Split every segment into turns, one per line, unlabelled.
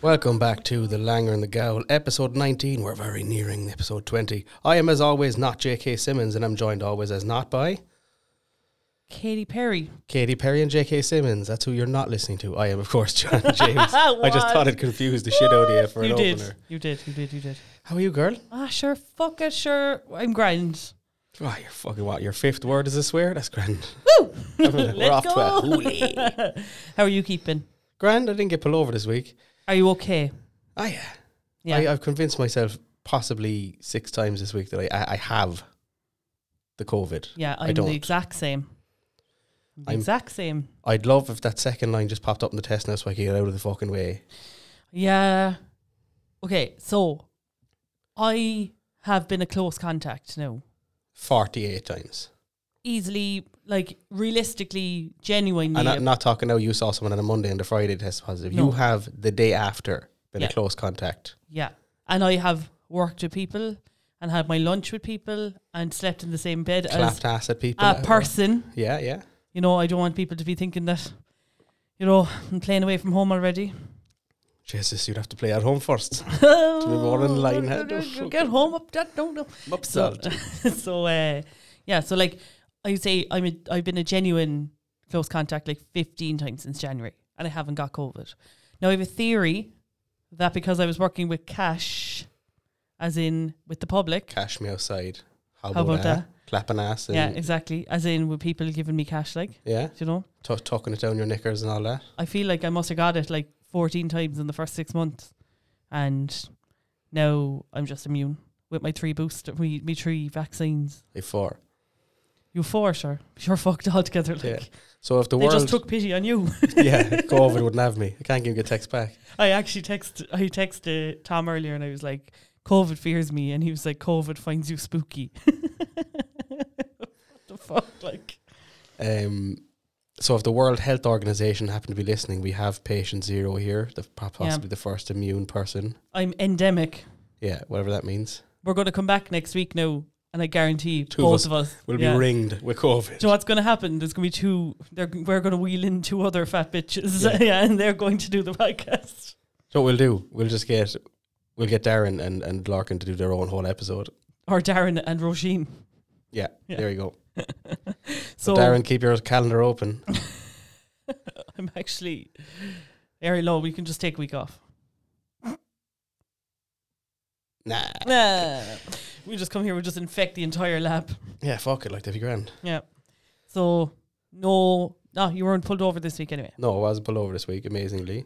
Welcome back to The Langer and the Gowl, episode 19. We're very nearing episode 20. I am, as always, not J.K. Simmons, and I'm joined always as not by
Katy Perry.
Katy Perry and J.K. Simmons. That's who you're not listening to. I am, of course, John James. I just
What?
thought it confused the shit out of you for
you
an
did.
opener.
You did. You did. You did.
How are you, girl?
Ah, sure. Fuck it. Sure. I'm grand.
Oh, you're fucking what? Your fifth word is a swear? That's grand.
Woo!
We're
Let's
off to a
go.
hoolie.
How are you keeping?
Grand, I didn't get pulled over this week.
Are you okay?
Ah, yeah.
Yeah.
I, I've convinced myself possibly six times this week that I, I, I have the COVID.
yeah.
I
I'm
don't.
the exact same. I'm the
I'm-
exact same.
I'd love if that second line just popped up in the test now so I could get out of the fucking way.
Yeah. Okay. So, I have been a close contact now.
48 times.
Easily, like realistically, genuinely.
And I'm not talking now you saw someone on a Monday and a Friday test positive. You
No.
have the day after been a
Yeah.
close contact.
Yeah. And I have worked with people and had my lunch with people and slept in the same bed
Clapped ass at people.
as a person.
Yeah, yeah.
You know, I don't want people to be thinking that, you know, I'm playing away from home already.
Jesus, you'd have to play at home first. more in line head or something?
Get home up that don't know. So, so uh, yeah, so like I would say I'm a, I've been a genuine close contact like 15 times since January and I haven't got COVID. Now I have a theory that because I was working with cash, as in with the public,
Cash me outside. How,
How
about,
about
that? Clapping ass and
yeah, exactly, as in with people giving me cash, like,
yeah,
you know,
tu- tucking it down your knickers and all that.
I feel like I must have got it like 14 times in the first six months. And now I'm just immune with my three boost, me, me three vaccines.
Before.
You four, sure. Sure, fucked all together. Like,
Yeah. So if the
they
world
just took pity on you.
yeah, COVID wouldn't have me. I can't give you a text back.
I actually text, I texted Tom earlier and I was like, COVID fears me. And he was like, COVID finds you spooky. what the fuck? Like,
Um, so if the World Health Organization happened to be listening, we have patient zero here, the po- possibly the first immune person.
I'm endemic.
Yeah, whatever that means.
We're going to come back next week now. And I guarantee
Two of
both
us
of us
We'll
yeah.
be ringed with COVID.
Do you know what's going to happen? There's going to be two. They're, we're going to wheel in two other fat bitches, yeah. and they're going to do the podcast.
So what we'll do, we'll just get we'll get Darren and, and Larkin to do their own whole episode.
Or Darren and Roisin.
Yeah,
Yeah.
there you go.
So
Darren, keep your calendar open.
I'm actually very low. We can just take a week off.
Nah.
Nah. we just come here. We just infect the entire lab.
Yeah, fuck it, like that'd be grand.
Yeah. So no, no, you weren't pulled over this week anyway.
No, I wasn't pulled over this week, amazingly.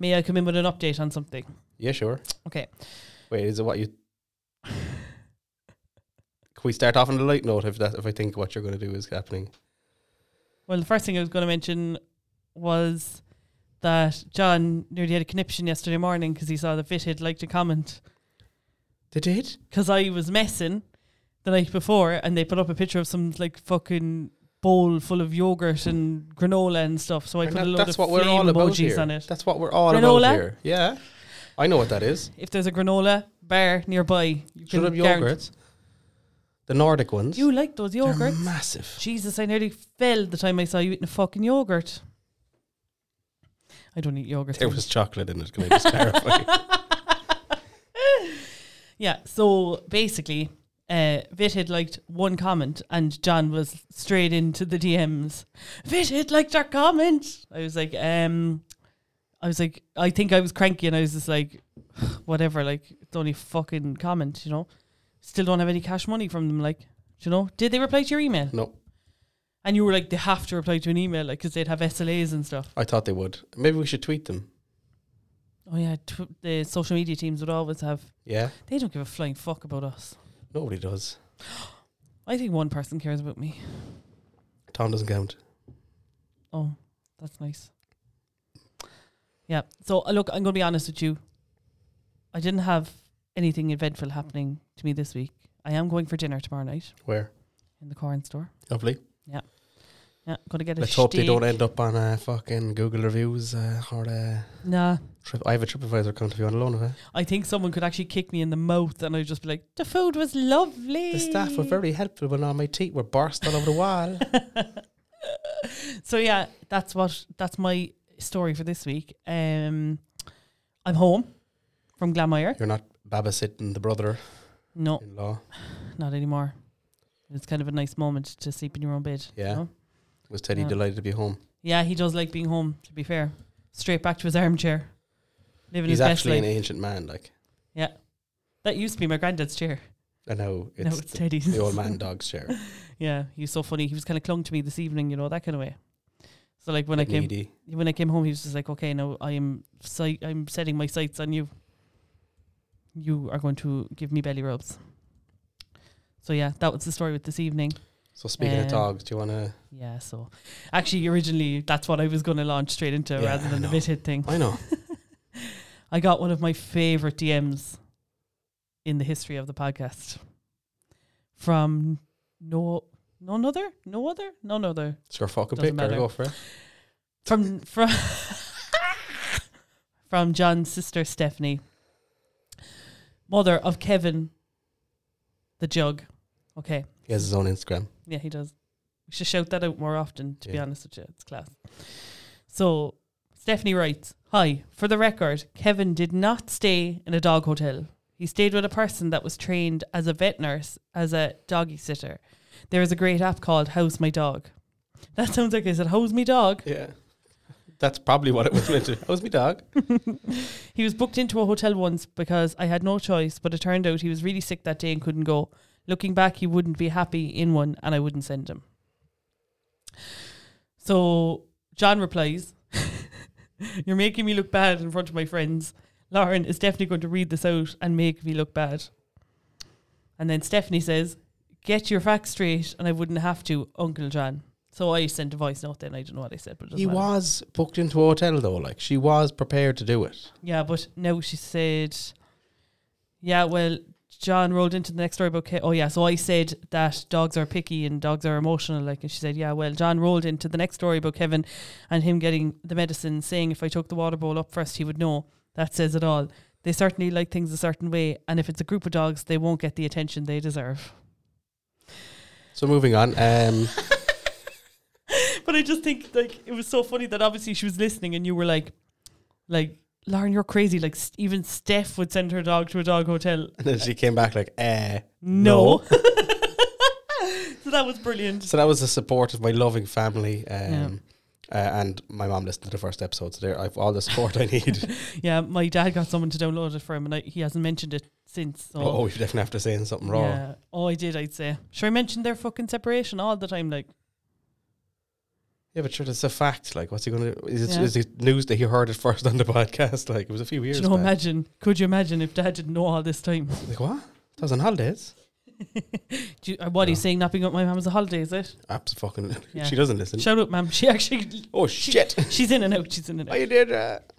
May I come in with an update on something?
Yeah, sure.
Okay.
Wait, is it what you Can we start off on a light note if that if I think what you're gonna do is happening?
Well, the first thing I was going to mention was that John nearly had a conniption yesterday morning because he saw the fit had liked a comment.
They did?
because I was messing the night before, and they put up a picture of some like fucking bowl full of yogurt and granola and stuff. So I
And
put
that-
a load
that's
of
what we're all
flame
about
emojis
here.
on it.
That's what we're all
Granola?
about here. Yeah, I know what that is.
If there's a granola bar nearby, you
Shut
can
up,
guarantee-
yogurts. The Nordic ones.
You like those
They're
yogurts?
massive.
Jesus, I nearly fell the time I saw you eating a fucking yogurt. I don't eat yogurt.
There was chocolate in it. Can I just clarify?
Yeah, so basically, uh, Vit had liked one comment, and John was straight into the DMs. Vit had liked our comment. I was like, um, I was like, I think I was cranky, and I was just like, whatever, like it's only a fucking comment, you know. Still don't have any cash money from them, like, you know. Did they reply to your email?
no,
And you were like, they have to reply to an email, like, because they'd have SLAs and stuff.
I thought they would. Maybe we should tweet them.
Oh yeah, tw- the social media teams would always have.
Yeah,
They don't give a flying fuck about us.
nobody does.
I think one person cares about me.
Tom doesn't count.
Oh, that's nice. Yeah. So uh, look, I'm going to be honest with you. I didn't have anything eventful happening to me this week. I am going for dinner tomorrow night
Where?
in the corn store.
Lovely.
Yeah, going to get a.
Let's hope they
steak.
don't end up on uh, fucking Google reviews uh, or uh,
Nah,
trip. I have a TripAdvisor account if you want to loan it. eh?
I think someone could actually kick me in the mouth, and I'd just be like, "The food was lovely."
The staff were very helpful when all my teeth were burst all over the wall.
so yeah, that's what that's my story for this week. Um, I'm home from Glamire.
You're not babysitting the brother-in-law.
No, not anymore. It's kind of a nice moment to sleep in your own bed. you
Yeah.
know?
Was Teddy
Yeah.
delighted to be home?
Yeah, he does like being home, to be fair. Straight back to his armchair. Living
He's
his best
actually
life.
an ancient man, like.
That used to be my granddad's chair.
I know it's,
now it's
the,
Teddy's.
the old man dog's chair.
yeah, he was so funny. He was kind of clung to me this evening, you know, that kind of way. So like when I
Bit
came
needy.
when I came home, he was just like, "Okay, now I am si- I'm setting my sights on you. You are going to give me belly rubs." So yeah, that was the story with this evening.
So speaking
Um,
of dogs, do you want to?
Yeah, so actually, originally that's what I was going to launch straight into
Yeah,
rather
I
than the
know.
bit hit thing.
I know.
I got one of my favorite DMs in the history of the podcast from no none other, no other, none other
It's your fucking
Doesn't
pick. Matter.
matter.
Go for it.
from from from John's sister Stephanie, mother of Kevin, the jug. Okay,
He has his own Instagram.
yeah, he does. We should shout that out more often. To be
Yeah.
honest with you, it's class. So Stephanie writes, "Hi, for the record, Kevin did not stay in a dog hotel. He stayed with a person that was trained as a vet nurse, as a doggy sitter. There is a great app called House My Dog. That sounds like I said, How's my dog?
Yeah, that's probably what it was meant to. How's my dog?
He was booked into a hotel once because I had no choice, but it turned out he was really sick that day and couldn't go. Looking back, he wouldn't be happy in one, and I wouldn't send him. So John replies, You're making me look bad in front of my friends. Lauren is definitely going to read this out and make me look bad. And then Stephanie says, Get your facts straight, and I wouldn't have to, Uncle John. So I sent a voice note then. I don't know what I said, but it doesn't
He
matter.
was booked into a hotel though. Like she was prepared to do it.
Yeah, but no, she said, yeah, well, John rolled into the next story about Ke- Oh, yeah, so I said that dogs are picky and dogs are emotional. Like, and she said, yeah, well, John rolled into the next story about Kevin and him getting the medicine, saying if I took the water bowl up first, he would know. That says it all. They certainly like things a certain way, and if it's a group of dogs, they won't get the attention they deserve.
So moving on. Um,
But I just think like it was so funny that obviously she was listening, and you were like, like Lauren, you're crazy. Like s- even Steph would send her dog to a dog hotel,
and then she came back like, eh.
No. so that was brilliant.
So that was the support of my loving family. Um,
Yeah.
uh, and my mom listened to the first episode, so there I've all the support I need.
Yeah, my dad got someone to download it for him, and I, he hasn't mentioned it since. So.
oh, we definitely have to say something wrong.
Yeah. Oh, I did. I'd say. Sure, I mentioned their fucking separation all the time. Like,
Yeah, but sure, that's a fact. Like, what's he going to? Is it,
Yeah.
is it news that he heard it first on the podcast? Like, it was a few years
you know,
back.
imagine? Could you imagine if Dad didn't know all this time?
Like, what? That was on holidays.
Do you, uh, what he's
No.
saying, not being up my mum is a holiday, is it?
Abs fucking.
Yeah.
she doesn't listen.
Shout out, ma'am. She actually,
oh shit!
she's in and out. She's in and
oh,
out.
you did that.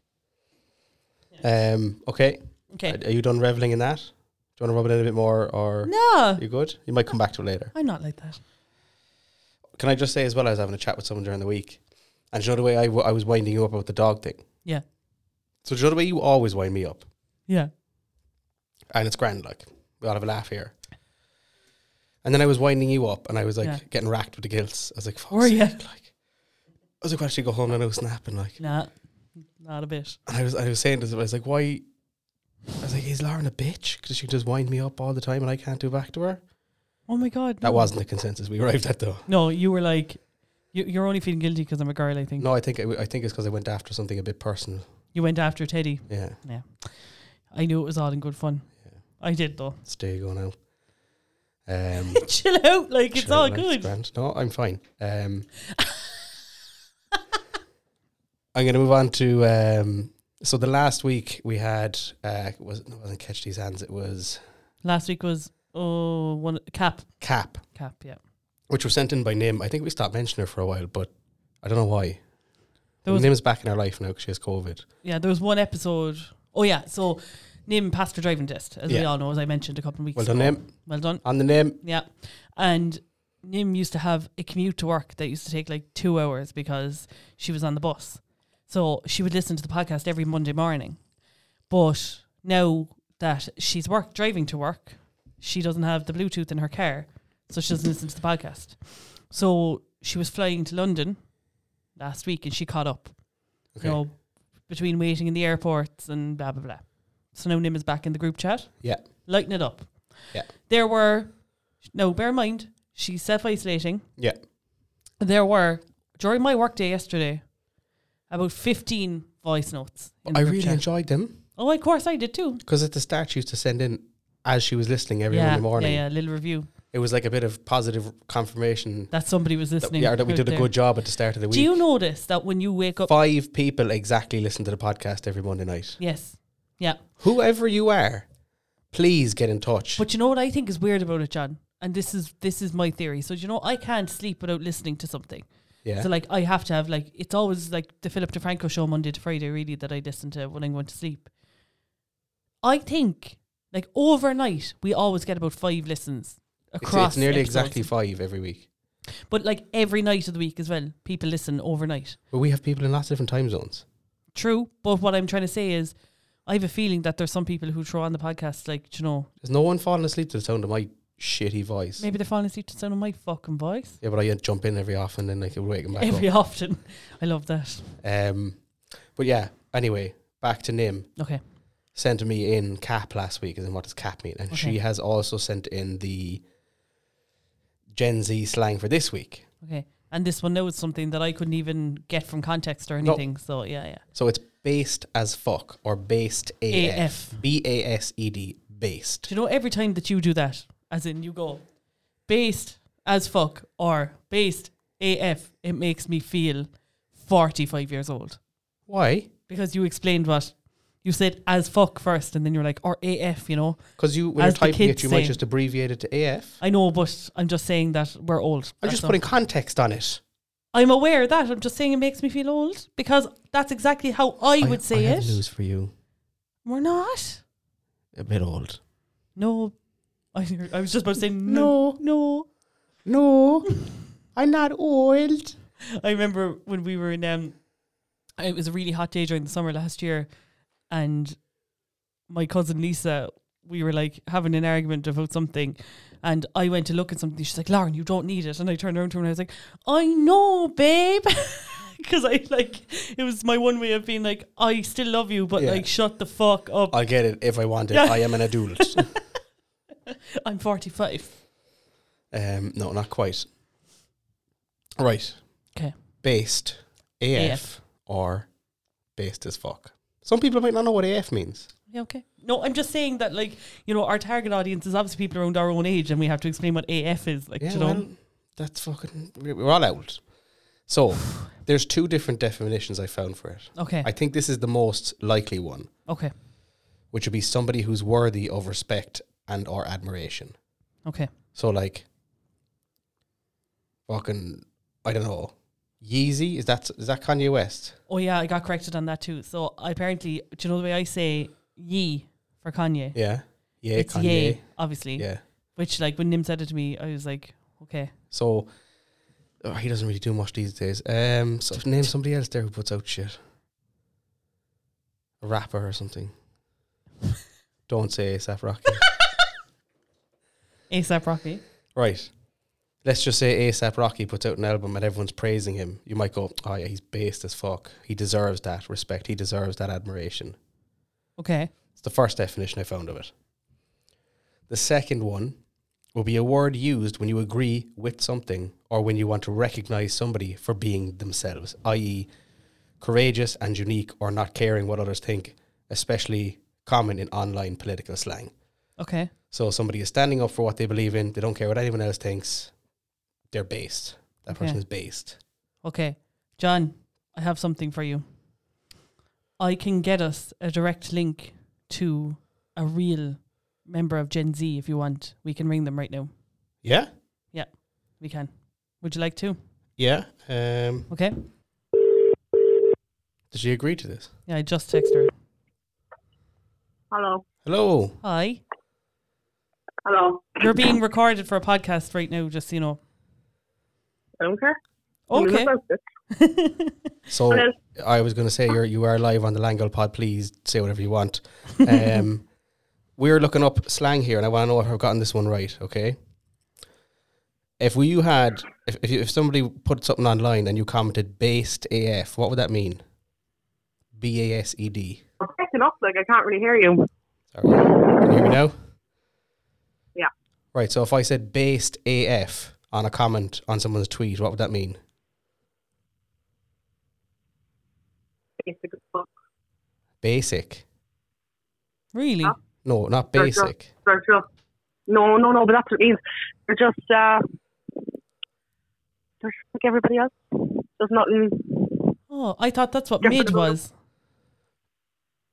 Um. Okay.
Okay.
Are, are you done reveling in that? Do you want to rub it in a bit more, or
No,
you good? You might come back to it later.
I'm not like that.
Can I just say as well? I was having a chat with someone during the week, and do you know the way I w- I was winding you up about the dog thing.
Yeah.
So do you know the way you always wind me up?
Yeah.
and it's grand. Like we all have a laugh here. And then I was winding you up, and I was like
Yeah.
getting racked with the guilt. I was like, "Fuck,
Were ya?
Like, I was like, "Well, actually go home and I was snapping." Like,
Nah, not a bit.
and I was, I was saying this, I was like, "Why?" I was like, "Is Lauren a bitch? Because she can just wind me up all the time, and I can't do back to her."
Oh my god.
That
no.
wasn't the consensus we arrived at, though.
No, you were like, you, you're only feeling guilty because I'm a girl. I think
No, I think I, w- I think it's because I went after something a bit personal.
you went after Teddy.
Yeah,
I knew it was all in good fun.
Yeah.
I did though.
stay going out. Um,
Chill out, like it's
chill,
all
like,
good.
grand. No, I'm fine. Um, I'm going to move on to. Um, so the last week we had uh, was no, it wasn't catch these hands. It was
Last week was oh one cap
cap,
cap yeah.
which was sent in by Nim. I think we stopped mentioning her for a while, but I don't know why.
There was-
Nim's back in her life now because she has COVID.
Yeah, there was one episode. Oh yeah, so Nim passed her driving test, as we
Yeah.
all know, as I mentioned a couple of weeks.
Well done,
ago.
Nim.
Well done.
On the Nim,
Yeah, and Nim used to have a commute to work that used to take like two hours because she was on the bus. So she would listen to the podcast every Monday morning. But now that she's work driving to work, she doesn't have the Bluetooth in her car, so she doesn't listen to the podcast. So she was flying to London last week, and she caught up.
okay,
You know, between waiting in the airports and blah blah blah. So now Nim is back in the group chat.
Yeah.
Lighten it up.
Yeah.
There were no, bear in mind, she's self isolating.
Yeah.
There were during my work day yesterday about fifteen voice notes. in the
Oh, I
group
really
chat.
enjoyed them
Oh of course I did too.
because at the start she used to send in as she was listening every
yeah,
Monday morning.
Yeah, yeah, little review.
It was like a bit of positive confirmation.
That somebody was
That,
listening.
yeah, that we
out
did a
there.
good job at the start of the week.
Do you notice that when you wake up
Five people exactly listen to the podcast every Monday night.
Yes. Yeah.
Whoever you are, please get in touch.
But you know what I think is weird about it, John? And this is this is my theory. So do you know I can't sleep without listening to something.
yeah.
So like I have to have like it's always like the Philip DeFranco show Monday to Friday really that I listen to when I'm going to sleep. I think like overnight we always get about five listens
It's-
across.
it's, nearly
episodes.
exactly five every week.
But like every night of the week as well, people listen overnight.
But we have people in lots of different time zones.
True, but what I'm trying to say is, I have a feeling that there's some people who throw on the podcast like do you know
There's no one falling asleep to the sound of my shitty voice.
maybe they're falling asleep to the sound of my fucking voice.
Yeah, but I jump in every often and I can wake them back
Every often. I love that.
up. Um, but yeah, anyway, back to Nim.
Okay.
Sent me in cap last week, and what does cap mean? And she
Okay.
has also sent in the Gen Z slang for this week.
Okay. And this one now is something that I couldn't even get from context or
No.
anything. So yeah, yeah.
So it's based as fuck or based
AF.
AF. B A S E D, based.
Do you know every time that you do that, as in you go based as fuck or based AF, it makes me feel forty five years old.
Why?
Because you explained what you said as fuck first and then you're like or AF, you know.
Because you, when
As the
you're typing it,
kids
you
say.
might just abbreviate it to AF.
I know, but I'm just saying that we're old.
I'm
That's
just
all.
putting context on it.
I'm aware of that. I'm just saying it makes me feel old because that's exactly how I, would say
I
it.
Have news for you.
We're not.
A bit old.
No. I, I was just about to say no. No.
No, I'm not old.
I remember when we were in um it was a really hot day during the summer last year and my cousin Lisa we were like having an argument about something and I went to look at something she's like Lauren you don't need it and I turned around to her and I was like I know babe because I like it was my one way of being like I still love you but
Yeah.
like shut the fuck up
I'll get it if I want it.
Yeah.
I am an adult.
I'm 45
um, no, not quite. Right.
'Kay.
Based AF,
AF.
or based as fuck. Some people might not know what AF means.
Yeah, okay. No, I'm just saying that, like, you know, our target audience is obviously people around our own age, and we have to explain what AF is. Like, do
Yeah,
you know,
well, that's fucking. we- We're all old. So there's two different definitions I found for it.
okay,
I think this is the most likely one,
okay,
which would be somebody who's worthy of respect and or admiration.
okay,
So like, fucking, I don't know. Yeezy is that is that Kanye West?
oh, yeah, I got corrected on that too. So, apparently, do you know the way I say ye for Kanye?
Yeah, yeah,
it's
Kanye.
ye, obviously,
Yeah.
which, like, when Nim said it to me, I was like, okay,
So oh, he doesn't really do much these days. Um, so name somebody else there who puts out shit. A rapper or something. don't say ASAP Rocky.
ASAP Rocky.
right. Let's just say ASAP Rocky puts out an album and everyone's praising him. You might go, oh yeah, he's based as fuck. He deserves that respect. He deserves that admiration.
Okay,
It's the first definition I found of it. The second one will be a word used when you agree with something or when you want to recognize somebody for being themselves, i.e., courageous and unique or not caring what others think, especially common in online political slang.
okay,
So somebody is standing up for what they believe in, they don't care what anyone else thinks, they're based. That
Okay.
person is based.
okay. John, I have something for you. I can get us a direct link to a real member of Gen Z if you want. We can ring them right now.
Yeah?
We can. Would you like to?
Yeah. Um,
Okay.
did she agree to this?
Yeah, I just text her.
Hello.
Hello.
Hi.
Hello.
You're being recorded for a podcast right now, just so you know.
Okay.
Okay.
So
Hello.
I was going to say you're you are live on the Langle Pod. Please say whatever you want. Um, we're looking up slang here, and I want to know if I've gotten this one right. Okay. If we you had if if, you, if somebody put something online and you commented based AF, what would that mean? B A S E D.
I'm picking up, like, I can't really hear you.
Sorry. Can you hear me now?
Yeah.
Right, so if I said based AF on a comment on someone's tweet, what would that mean?
Basic as fuck.
Basic.
Really?
Huh?
No, not
They're just-
basic.
They're just, no, no, no, but that's what it means. They're just, uh, they're just like everybody else. There's nothing,
Oh, I thought that's what
Yeah,
mid
but-
was.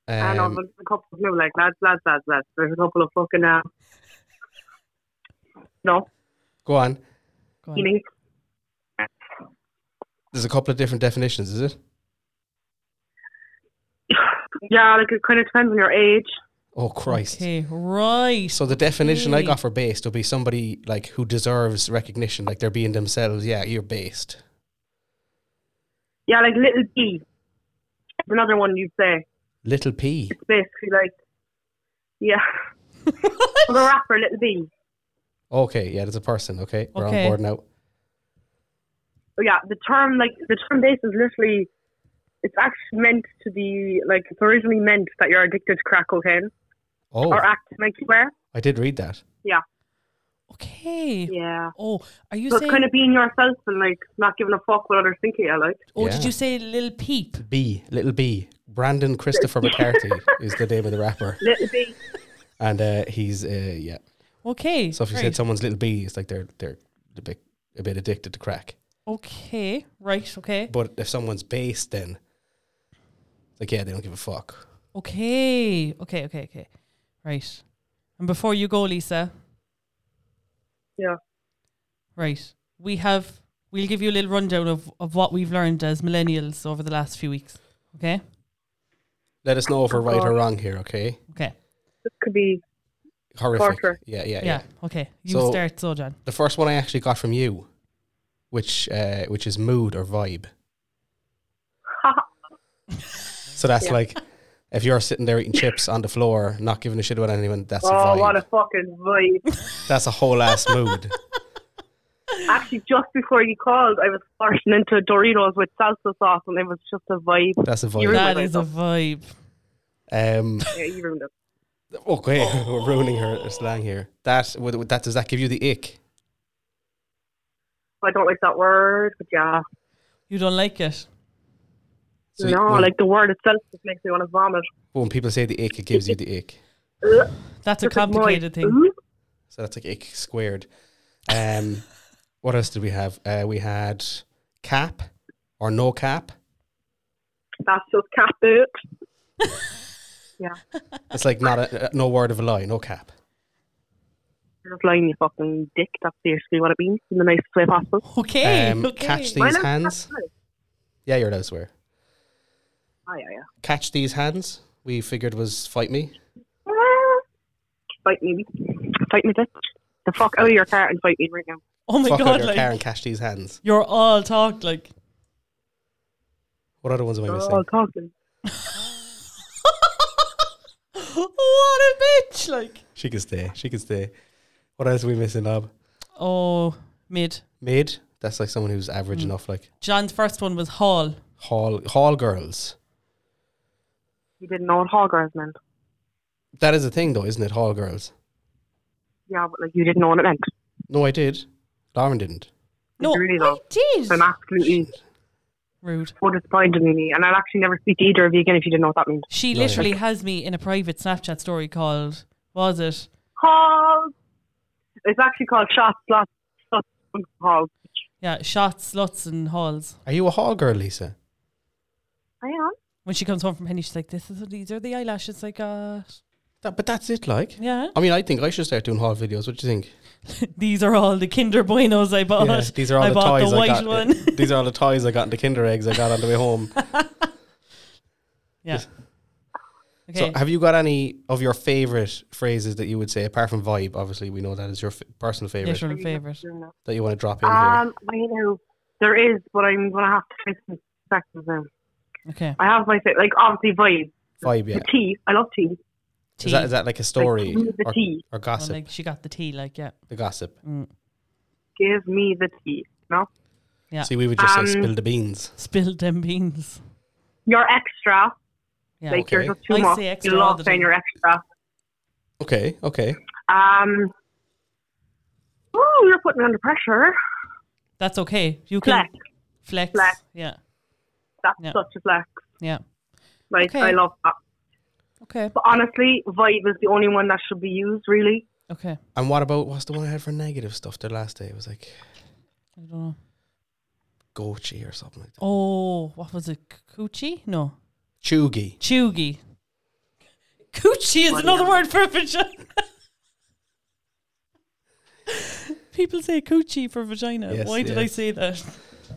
I know,
Um,
but there's a couple of new, like, lads, lads, lads, lads. There's a couple of fucking, uh, no,
go on.
Go on.
you need,
There's a couple of different definitions, is it?
yeah, like, it kind of depends on your age.
Oh, Christ.
Okay, right.
So the definition I
Okay.
got for based would be somebody like who deserves recognition, like they're being themselves. Yeah, you're based.
Yeah, like, little B. It's another one you'd say.
Little P.
It's basically like, yeah. the rapper, Little B.
Okay, yeah, there's a person. Okay, we're
Okay.
on board now.
But Oh, yeah, the term like the term base is literally it's actually meant to be like it's originally meant that you're addicted to crack cocaine
Oh,
or act like you were.
I did read that.
okay.
Yeah.
Oh, are you
So it's
saying?
kind of being yourself and like not giving a fuck what others think of you. Like
oh, did
Yeah.
you say little peep?
B, little B. Brandon Christopher McCarthy is the name of the rapper,
little B.
and uh, he's uh, yeah.
Okay.
So if you
right.
said someone's little B, it's like they're they're a bit a bit addicted to crack.
Okay. Right. Okay.
But if someone's based, then like yeah, they don't give a fuck.
Okay. Okay. Okay. Okay. Right. And before you go, Lisa,
Yeah.
right, we have, we'll give you a little rundown of, of what we've learned as millennials over the last few weeks. Okay.
Let us know if we're right or wrong here. Okay,
Okay.
This could be
horrific.
Torture.
Yeah, yeah,
Yeah.
yeah.
Okay. You
So-
start, so John.
The first one I actually got from you, which uh, which is mood or vibe. so that's like if you're sitting there eating chips on the floor, not giving a shit about anyone, that's
oh
a vibe.
what a fucking vibe.
that's a whole ass mood.
Actually, just before you called, I was splashing into Doritos with salsa sauce, and it was just a vibe.
That's a
You're-
vibe.
That
my
is a vibe.
Um,
Yeah, you ruined it.
okay, we're ruining her her slang here. That would would that does that give you the ick?
I don't like that word, but yeah.
You don't like it.
So
no,
when,
like the word itself just makes me want to vomit.
when people say the ick, it gives you the ick.
Ugh.
That's a
Just like,
complicated
"Oi,
thing.
ooh."
So that's like ick squared. Um, what else did we have? Uh, we had cap or no cap.
That's just cat boot.
It's like not a, uh, no word of a lie, no cap.
Just lying, you fucking dick. That's seriously what it means in the nicest way possible.
Okay.
Um,
okay.
Catch
Why
these
not?
hands. Yeah, you're allowed to swear.
Oh, yeah, yeah.
Catch these hands. We figured was fight me.
Ah. Fight me. Fight me, bitch. The fuck out of your car and fight me right now.
oh my
Fuck out
God.
your
Like,
car and catch these hands.
You're all talked like.
What other ones am I
They're
missing?
all talking.
what a bitch. Like,
She can stay. She can stay. What else are we missing, Ab?
oh, mid.
Maid. That's like someone who's average
Hmm.
enough. Like
John's first one was Hall.
hall hall girls.
You didn't know what hall girls meant.
That is a thing, though, isn't it? Hall girls.
Yeah, but like you didn't know what it meant.
No, I did. Lauren didn't.
No,
You really
I
don't.
did.
So I'm absolutely
Rude.
so disappointed in me, and I'll actually never speak to either of you again if you didn't know what that means.
She
No, yeah.
literally has me in a private Snapchat story called, was it?
Hall. It's actually called shots, lots, shots, hall.
Yeah, shots, sluts, and halls.
Are you a hall girl, Lisa?
I am.
When she comes home from Henny, she's like, "This is these are the eyelashes I got.
That, but that's it. Like,
Yeah,
I mean, I think I should start doing haul videos. What do you think?
these are all the Kinder Buenos I bought.
Yeah, these are all
I
the
bought
toys
the white
I got.
one.
these are all the toys I got in the Kinder eggs I got on the way home.
yeah.
So,
Okay.
have you got any of your favorite phrases that you would say apart from vibe? Obviously, we know that is your f- personal favorite
yeah, sure, my favorite.
that you want to drop in here.
Um, I know there is, but I'm gonna have to try some seconds now.
Okay.
I have my fa- like obviously vibe.
Vibe, yeah.
The tea. I love tea.
Is that is that like a story
give me the
or,
tea.
or
Oh,
gossip?
like she got the tea, like yeah.
the gossip.
Give me the tea. No,
Yeah.
See, we would just
Um,
say spill the beans.
Spilled them beans.
you're extra.
Yeah.
Like
Okay.
you're just too
I
much.
say extra
You
all
love
the time.
saying you're extra.
Okay, okay.
Um. Oh, you're putting me under pressure.
That's okay. You can
Flex.
flex.
Flex.
Yeah.
That's
Yeah.
such a flex.
Yeah.
Like
Okay.
I love that.
Okay.
But honestly, vibe is the only one that should be used. Really,
Okay.
And what about what's the one I had for negative stuff the last day? It was like
I don't know.
Gochi or something like that.
Oh, what was it? Coochie? No.
Chugi.
Chuggy. Coochie is another word for vagina. People say coochie for vagina.
Yes,
Why did
yeah.
I say that?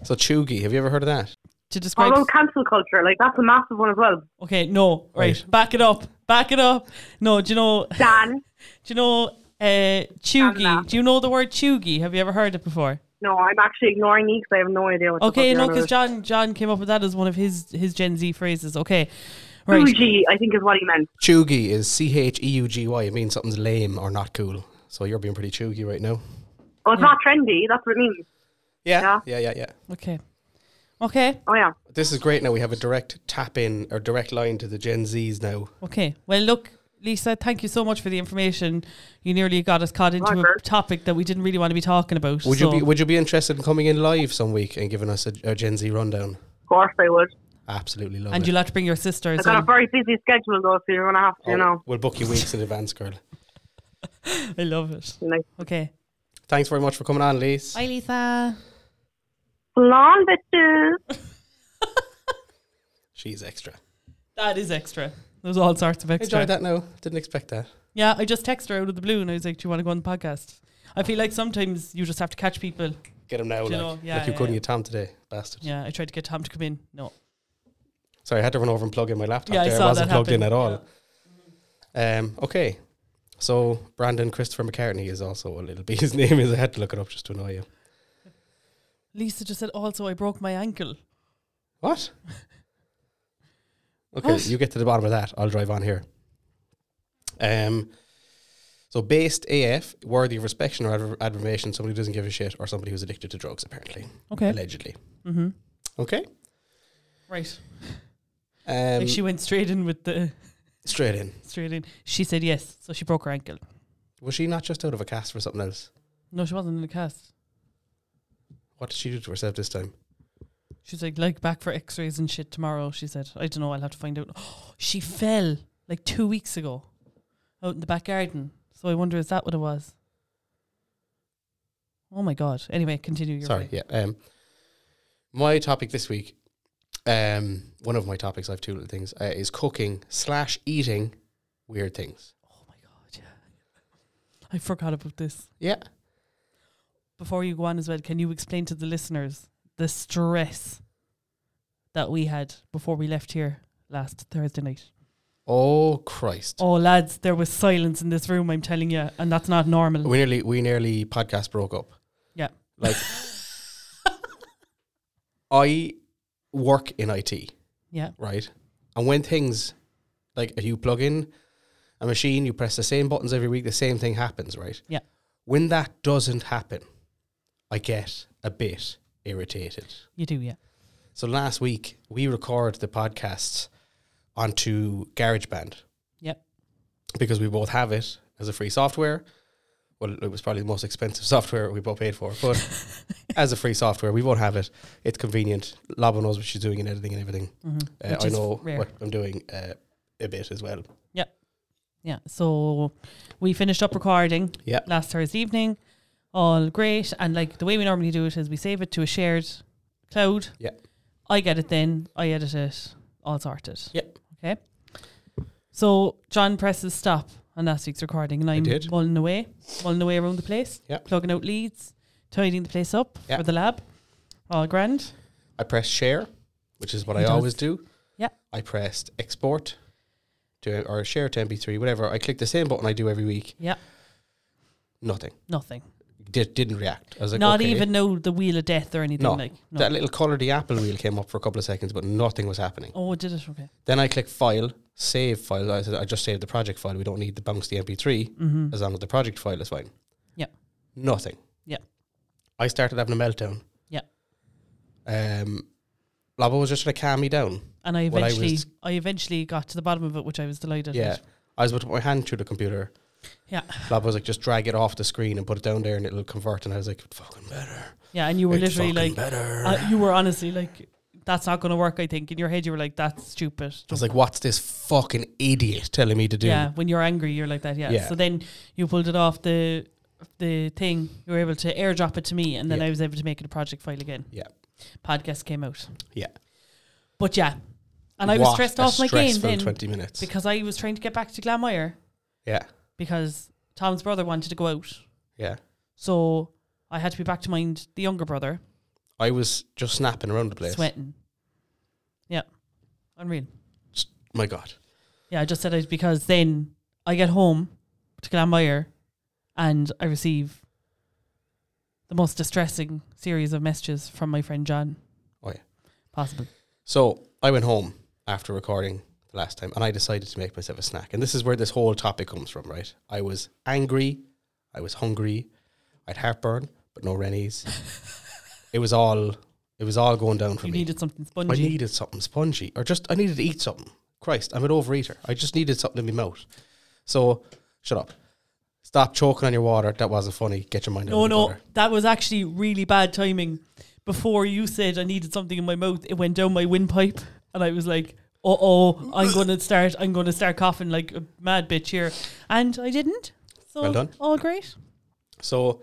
So Chugi, have you ever heard of that?
To describe.
although cancel culture, like that's a massive one as well.
Okay, no, right.
Right.
Back it up. Back it up. No, do you know? Do
Dan,
you know? Uh,
Anna.
chuggy. Do you know the word chuggy? Have you ever heard it before?
no, I'm actually ignoring you because I have no idea what.
Okay,
the
no,
fuck
because
you're
John John came up with that as one of his his Gen Z phrases. Okay,
on
right.
about. Fuji, I think is what he meant.
Chugi is C H E U G Y. It means something's lame or not cool. So you're being pretty chuggy right now.
Oh, it's not trendy. That's what it means.
Yeah, yeah,
Yeah.
yeah, yeah.
Okay, okay,
Oh yeah.
This is great. Now we have a direct tap in or direct line to the Gen Zs now.
okay. Well, look, Lisa, thank you so much for the information. You nearly got us caught into
Roger.
a topic that we didn't really want to be talking about.
Would
so
you be Would you be interested in coming in live some week and giving us a, a Gen Z rundown?
Of course I would.
Absolutely love
and
it.
you'll have to bring your sister
I've
as
got a
well.
very busy schedule though, so you're gonna have to,
Oh,
you know,
We'll book you weeks in advance, girl.
I love it.
like
Okay.
Thanks very much for coming on, Lise.
Bye, Lisa.
long bitches.
She's extra.
That is extra. There's all sorts of extra.
Enjoyed that. No, didn't expect that.
Yeah, I just texted her out of the blue and I was like, Do you want to go on the podcast? I feel like sometimes you just have to catch people.
Get him now, like,
Do you know? Yeah,
like you
yeah,
couldn't
yeah.
get Tom today, bastard.
Yeah, I tried to get Tom to come in. No.
Sorry, I had to run over and plug in my laptop.
Yeah, I
there.
saw
it wasn't
that
plugged in at
happen.
all. Um, okay, so Brandon Christopher McCartney is also a little bit. His name is. I had to look it up just to annoy you.
Lisa just said, Also, I broke my ankle.
What? Okay,
What?
you get to the bottom of that. I'll drive on here. Um, so based AF, worthy of respect or adver- admiration, somebody who doesn't give a shit, or somebody who's addicted to drugs, apparently,
Okay.
allegedly.
Mm-hmm.
Okay.
Right.
Um,
like she went straight in with the
straight in.
straight in. She said yes, so she broke her ankle.
Was she not just out of a cast for something else?
No, she wasn't in the cast.
What did she do to herself this time?
She's like, like back for x rays and shit tomorrow, she said. I don't know, I'll have to find out. she fell like two weeks ago out in the back garden. So I wonder is that what it was? Oh my god. Anyway, continue your
Sorry, yeah. Um, my topic this week, um, one of my topics, I have two little things, uh, is cooking slash eating weird things.
Oh my god, yeah. I forgot about this.
Yeah.
Before you go on as well, can you explain to the listeners the stress that we had before we left here last Thursday night?
Oh Christ.
Oh lads, there was silence in this room, I'm telling you, and that's not normal.
We nearly we nearly podcast broke up.
Yeah.
Like I work in IT,
Yeah.
right? And when things like if you plug in a machine, you press the same buttons every week, the same thing happens, right?
Yeah.
When that doesn't happen, I get a bit irritated.
You do, yeah.
So last week we recorded the podcast onto GarageBand
Yep.
because we both have it as a free software. Well, it was probably the most expensive software we both paid for, but as a free software, we both have it. It's convenient. Laba knows what she's doing and editing and everything. Uh,
Mm-hmm. Which
I
is
know
rare.
what I'm doing uh, a bit as well.
Yeah. So we finished up recording
Yeah.
last Thursday evening. All great. And like the way we normally do it is we save it to a shared cloud.
Yeah.
I get it then, I edit it, all sorted.
Yeah.
Okay. So John presses stop on last week's recording and I'm
did.
mulling away, mulling away around the place,
Yeah.
plugging out leads, tidying the place up
Yeah.
for the lab. All grand.
I pressed share, which is what
He
I
does.
always do.
Yeah.
I pressed export to or share to MP3, whatever. I clicked the same button I do every week.
Yeah.
Nothing.
Nothing.
Did, didn't react. I was like,
Not
okay.
even know the wheel of death or anything
No.
like no.
That little colour the apple wheel came up for a couple of seconds, but nothing was happening.
oh, it did it okay.
Then I click file, save file. I said I just saved the project file. We don't need to bounce the MP3
Mm-hmm.
as long as the project file is fine.
Yep.
Nothing.
Yep.
I started having a meltdown.
Yep.
Um, Labo was just trying to calm me down.
and I
Well, I
eventually,
was-
I eventually got to the bottom of it, which I was delighted.
Yeah.
at.
I was about to put my hand through the computer.
yeah,
Labo was like, just drag it off the screen and put it down there and it'll convert. And I was like, fucking better.
yeah. And you were
It's
literally
fucking
like,
better.
uh, you were honestly like, that's not going to work. I think in your head you were like, that's stupid.
I was like, what's this fucking idiot telling me to do?
Yeah, when you're angry, you're like that. Yeah.
Yeah.
So then you pulled it off the the thing. You were able to airdrop it to me, and then
Yeah.
I was able to make it a project file again.
Yeah.
Podcast came out,
Yeah.
but yeah, and I was
What
stressed
a
off my game
stressful
then
20 minutes.
because I was trying to get back to Glamire
yeah.
because Tom's brother wanted to go out,
Yeah.
so I had to be back to mind the younger brother
I was just snapping around the place.
sweating. Yeah, unreal.
My God.
Yeah, I just said it because then I get home to Glanmire and I receive the most distressing series of messages from my friend John.
Oh, yeah.
Possible.
So I went home after recording the last time and I decided to make myself a snack. And this is where this whole topic comes from, right? I was angry, I was hungry, I had heartburn, but no Rennies. it was all it was all going down for
You
me.
needed something
I
spongy.
needed something spongy, or just I needed to eat something. Christ, I'm an overeater. I just needed something in my mouth. So shut up. Stop choking on your water. That wasn't funny. Get your mind out
no,
of the
no,
gutter.
that was actually really bad timing. Before you said I needed something in my mouth, it went down my windpipe and I was like, uh oh, I'm gonna start I'm gonna start coughing like a mad bitch here. And I didn't. So
Well done.
all great.
So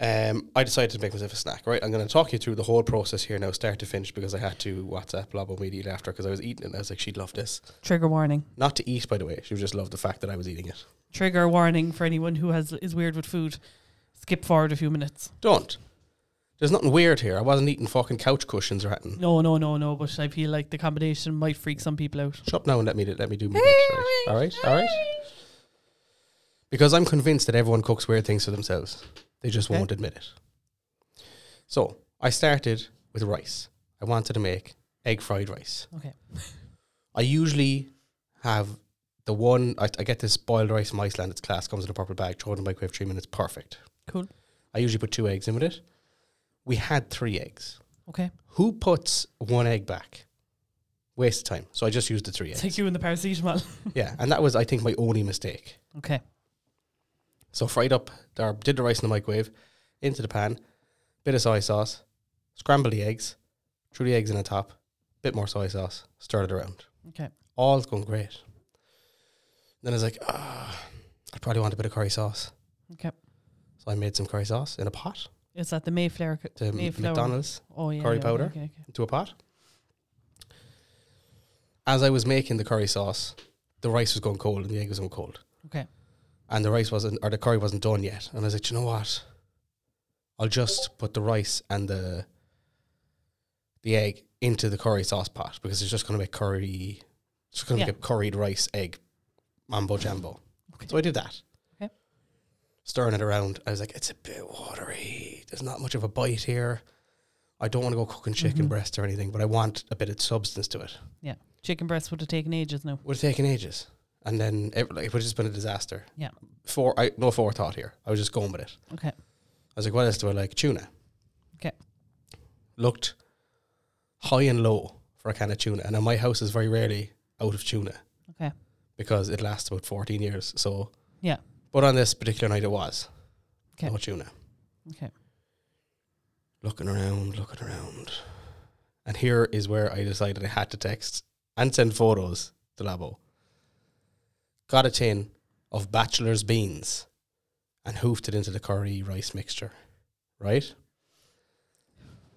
um, I decided to make myself a snack, right? I'm going to talk you through the whole process here now, start to finish, because I had to WhatsApp Labo immediately after because I was eating it and I was like, she'd love this.
Trigger warning.
Not to eat, by the way. She would just love the fact that I was eating it.
trigger warning for anyone who has is weird with food. Skip forward a few minutes.
Don't. There's nothing weird here. I wasn't eating fucking couch cushions or anything.
No, no, no, no. But I feel like the combination might freak some people out.
Shut up now and let me let me do my bit. right? All right, all right. Because I'm convinced that everyone cooks weird things for themselves. They just
Okay.
won't admit it. So I started with rice. I wanted to make egg fried rice.
Okay.
I usually have the one I, I get this boiled rice from Iceland. It's class. Comes in a purple bag. Throw it in the microwave. Three minutes. Perfect.
Cool.
I usually put two eggs in with it. We had three eggs.
Okay.
Who puts one egg back? Waste of time. So I just used the three
It's
eggs.
like you and the paracetamol.
Yeah, and that was, I think, my only mistake.
okay.
So fried up, or did the rice in the microwave, into the pan, bit of soy sauce, scrambled the eggs, threw the eggs in on top, bit more soy sauce, stirred it around.
Okay.
All's going great. Then I was like, ah, I probably want a bit of curry sauce.
Okay.
So I made some curry sauce in a pot,
Is that the Mayflower? c-
to M-
Mayflower.
McDonald's,
Oh yeah.
curry
yeah,
powder.
Okay, okay.
into a pot. As I was making the curry sauce, the rice was going cold and the egg was going cold.
Okay.
and the rice wasn't or the curry wasn't done yet. And I was like, "Do you know what? I'll just put the rice and the the egg into the curry sauce pot because it's just gonna make curry it's just gonna
Yeah.
make a curried rice egg mambo jambo.
Okay.
So I did that.
Okay.
Stirring it around, I was like, it's a bit watery. There's not much of a bite here. I don't want to go cooking chicken
Mhm.
breast or anything, but I want a bit of substance to it.
Chicken breast would have taken ages now.
Would have taken ages, and then it, like, it would have just been a disaster.
Yeah.
For I no forethought here. I was just going with it.
Okay.
I was like, what else do I like? Tuna.
Okay.
Looked high and low for a can of tuna. And now my house is very rarely out of tuna.
Okay.
Because it lasts about 14 years. So,
Yeah.
But on this particular night, it was.
Okay.
No tuna.
Okay.
Looking around, looking around. And here is where I decided I had to text and send photos to Labo. Got a tin of bachelor's beans and hoofed it into the curry rice mixture, right?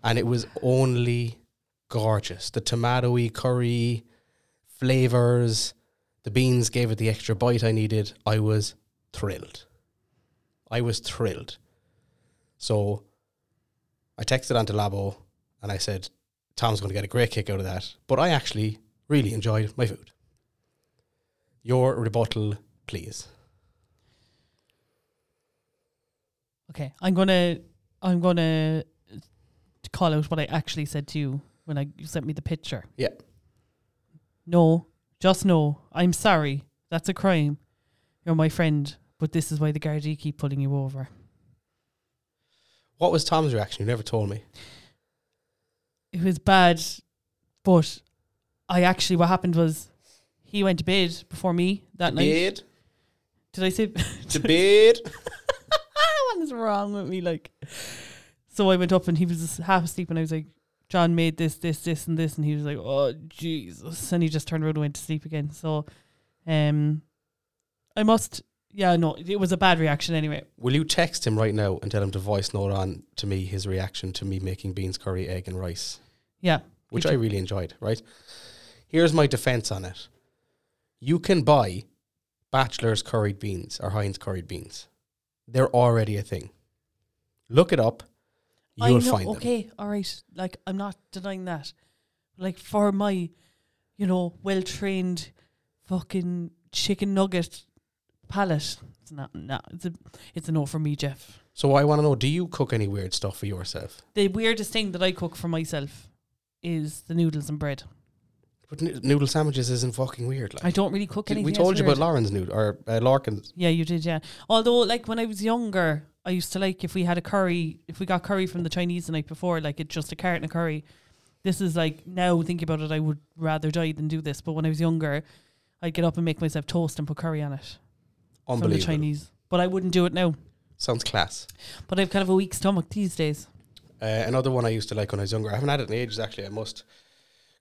And it was only gorgeous. The tomatoey curry flavors, the beans gave it the extra bite I needed. I was thrilled. I was thrilled. So I texted onto Labo and I said, Tom's going to get a great kick out of that. But I actually really enjoyed my food. Your rebuttal, please.
Okay. I'm gonna I'm gonna call out what I actually said to you when I you sent me the picture.
Yeah.
No, just no. I'm sorry. That's a crime. You're my friend, but this is why the Gardaí keep pulling you over.
What was Tom's reaction? You never told me.
it was bad, but I actually what happened was he went to bed before me that night.
Bed
Did I say
to bed.
what is wrong with me? Like, so I went up and he was just half asleep, and I was like, John made this, this, this, and this, and he was like, oh Jesus, and he just turned around and went to sleep again. So, um, I must, yeah, no, it was a bad reaction anyway.
Will you text him right now and tell him to voice note on to me his reaction to me making beans curry, egg, and rice,
Yeah,
which I really enjoyed. Right. Here's my defense on it. You can buy Bachelor's curried beans or Heinz curried beans. They're already a thing. Look it up.
I
You'll
know,
find them.
okay, all right. Like I'm not denying that. Like for my, you know, well trained, fucking chicken nugget palate, it's not. No, it's a, it's a no for me, Jeff.
So I want to know: Do you cook any weird stuff for yourself?
The weirdest thing that I cook for myself is the noodles and bread.
But n- noodle sandwiches isn't fucking weird. Like
I don't really cook
Did-
anything.
we
else
told you about
weird.
Lauren's noodle or uh, Larkin's.
Yeah, you did. Yeah. Although, like when I was younger, I used to like if we had a curry, if we got curry from the Chinese the night before, like it's just a carton of curry. This is like now thinking about it, I would rather die than do this. But when I was younger, I'd get up and make myself toast and put curry on it from the
Unbelievable.
Chinese. But I wouldn't do it now.
Sounds class.
But I've kind of a weak stomach these days.
Uh, another one I used to like when I was younger. I haven't had it in ages. Actually, I must.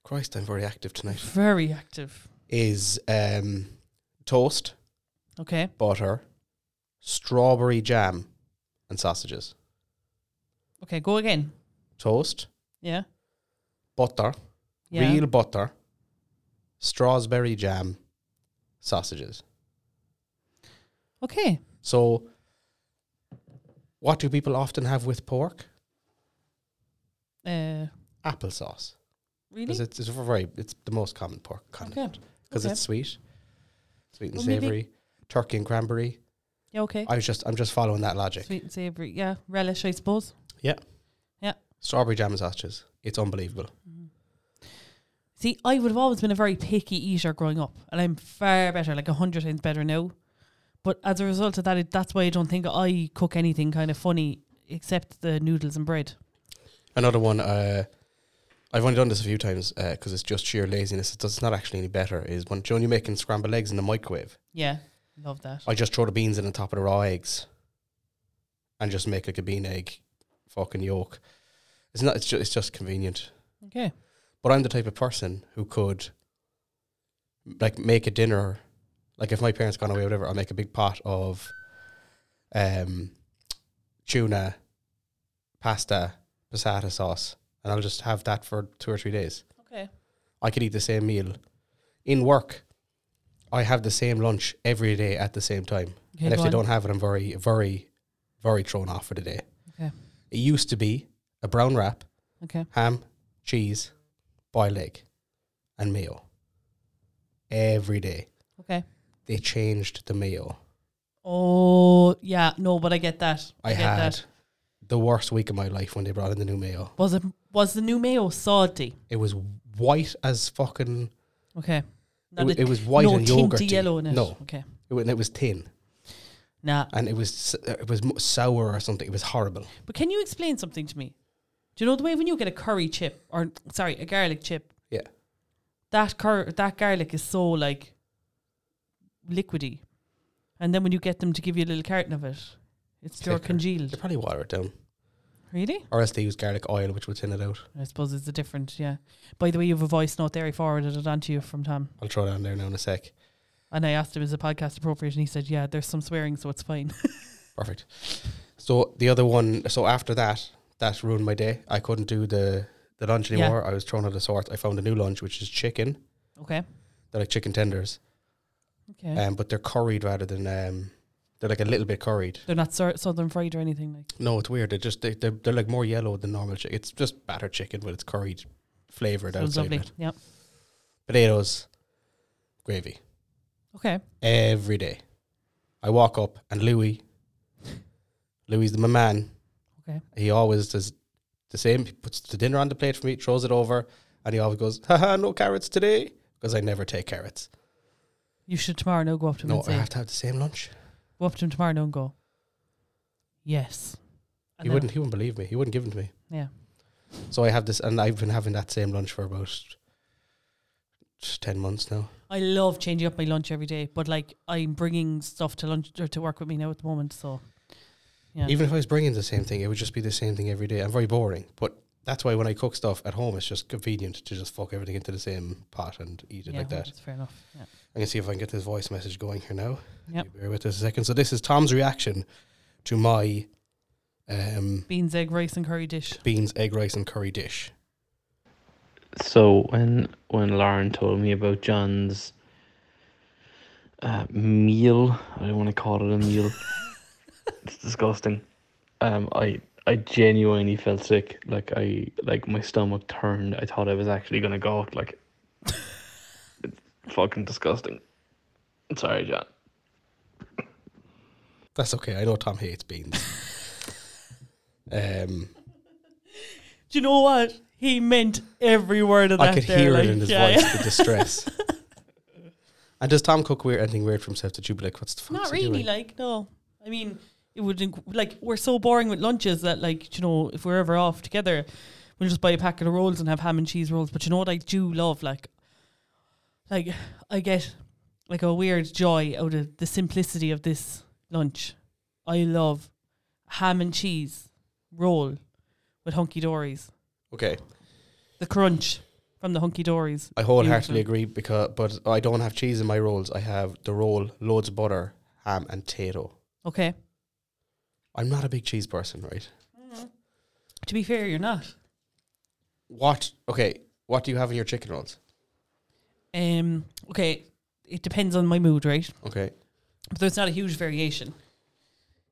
Christ, I'm very active tonight.
Very active.
Is um, toast,
Okay.
butter, strawberry jam, and sausages.
Okay. Go again.
Toast,
Yeah.
butter,
Yeah.
real butter, strawberry jam, sausages.
Okay.
So, what do people often have with pork?
Uh,
Applesauce.
really?
Because it's, it's very it's the most common pork
Okay.
condiment because
Okay.
it's sweet, sweet and
Well, maybe-
savory. Turkey and cranberry.
Yeah. Okay.
I was just I'm just following that logic.
Sweet and savory. Yeah. Relish, I suppose.
Strawberry jam and sausages. It's unbelievable.
See, I would have always been a very picky eater growing up, and I'm far better, like a hundred times better now. But as a result of that, it, that's why I don't think I cook anything kind of funny except the noodles and bread.
Another one. Uh, I've only done this a few times because it's just sheer laziness. It does, it's not actually any better. Is when Joan, you're making scrambled eggs in the microwave.
Yeah, love that.
I just throw the beans in on top of the raw eggs, and just make like a bean egg, fucking yolk. It's not. It's just. It's just convenient.
Okay,
But I'm the type of person who could like make a dinner. Like if my parents gone away, or whatever, I'll make a big pot of um tuna, pasta, passata sauce, and I'll just have that for two or three days.
okay,
I could eat the same meal. In work, I have the same lunch every day at the same time.
okay.
and if
go
they
on.
don't have it, I'm very, very, very thrown off for the day.
Okay.
It used to be a brown wrap,
okay,
ham, cheese, boiled egg, and mayo. Every day.
okay.
They changed the mayo.
Oh yeah, no, but I get that. I,
I,
get
had
that.
the worst week of my life when they brought in the new mayo.
Was it was the new mayo salty?
It was white as fucking.
Okay,
It, wa-
Not a-
it was white
no
and
tint
yogurt.
yellow in it.
No,
okay,
it, wa- and it was tin,
nah.
and it was s- it was mo- sour or something. It was horrible.
But can you explain something to me? Do you know the way when you get a curry chip or sorry, a garlic chip?
Yeah.
That cur- that garlic is so like liquidy, and then when you get them to give you a little carton of it, it's pure
Thicker. They
congealed.
probably water it down,
Really?
or else they use garlic oil, which will tin it out.
I suppose it's a different. Yeah. By the way, you have a voice note there. I forwarded it on to you from Tom,
I'll throw it on there now in a sec.
and I asked him is the podcast appropriate, and he said, "Yeah, there's some swearing, so it's fine."
Perfect. So the other one, so after that, that ruined my day. I couldn't do the the lunch
Yeah.
anymore. I was thrown out of sorts. I found a new lunch, which is chicken.
okay.
They're like chicken tenders,
Okay.
um, but they're curried rather than um, they're like a little bit curried.
They're not sur- southern fried or anything like.
No, it's weird. They're just they, they're, they're like more yellow than normal chicken. It's just batter chicken, but it's curried, flavored
Sounds
outside. of
lovely.
it.
Yeah.
Potatoes, gravy
Okay.
every day. I walk up and Louis, Louis the my man.
Okay.
He always does the same. He puts the dinner on the plate for me, throws it over, and he always goes, "Haha, no carrots today," because I never take carrots.
You should tomorrow now go up to him
No,
and
I
say,
have to have the same lunch.
Go up to him tomorrow now and go, yes. And
He
then-
wouldn't. He wouldn't believe me. He wouldn't give them to me.
Yeah.
So I have this, and I've been having that same lunch for about ten months now.
I love changing up my lunch every day, but like I'm bringing stuff to lunch or to work with me now at the moment. So Yeah.
Even if I was bringing the same thing, it would just be the same thing every day. I'm very boring, but that's why when I cook stuff at home, it's just convenient to just fuck everything into the same pot and eat it
yeah,
like that.
That's fair enough. Yeah.
I'm gonna see if I can get this voice message going here now.
Yep.
You bear with us a second. So this is Tom's reaction to my um,
Beans, egg, rice, and curry dish.
beans, egg rice, and curry dish.
So when when Lauren told me about John's uh, meal, I don't want to call it a meal. it's disgusting. Um, I I genuinely felt sick. Like I like my stomach turned. I thought I was actually gonna go. Like it's fucking disgusting. Sorry, John.
That's okay. I know Tom hates beans.
Do
um,
you know what? He meant every word of that.
I could
there,
hear
like,
it in his
yeah,
voice,
yeah.
the distress. and does Tom cook weird anything weird for himself that you be like, what's the fuck?
Not really, like no. I mean, it would inc- like we're so boring with lunches that like you know if we're ever off together, we'll just buy a packet of rolls and have ham and cheese rolls. But you know what I do love, like, like I get like a weird joy out of the simplicity of this lunch. I love ham and cheese roll with hunky dories.
okay,
The crunch from the hunky dories.
I wholeheartedly
Mm-hmm.
agree because, but I don't have cheese in my rolls. I have the roll, loads of butter, ham, and tato.
Okay.
I'm not a big cheese person, right?
To be fair, you're not.
What? Okay, what do you have in your chicken rolls?
Um. Okay. It depends on my mood, right?
Okay,
but there's not a huge variation.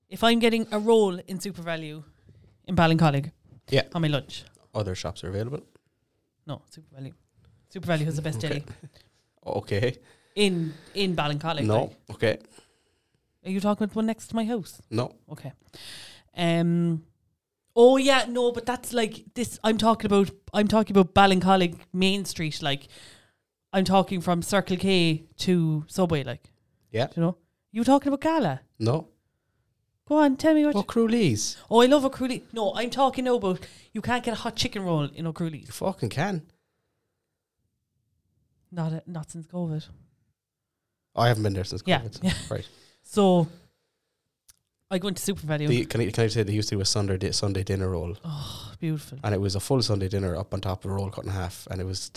If I'm getting a roll in Super Value in Ballincollig,
Yeah.
on my lunch,
other shops are available.
no Super Value, Super Value has the best
Okay.
deli
Okay,
in in Ballincollig.
no,
like.
okay,
are you talking about the one next to my house?
no.
Okay. Um. Oh yeah, no, but that's like this. I'm talking about. I'm talking about Ballincollig Main Street. Like, I'm talking from Circle K to Subway. Like,
Yeah.
Do you know, you talking about Gala.
No.
Go on, tell me what.
Oh, Crewleys.
Oh, I love O'Cruley. No, I'm talking now about you can't get a hot chicken roll in O'Cruley's.
You fucking can.
Not a, not since COVID.
I haven't been there since
Yeah,
COVID. so-
yeah.
Right.
So I go into Super Value.
The, can, I, can I say they used to do a Sunday, di- Sunday dinner roll?
oh, beautiful. Do
and it was a full Sunday dinner up on top of a roll cut in half, and it was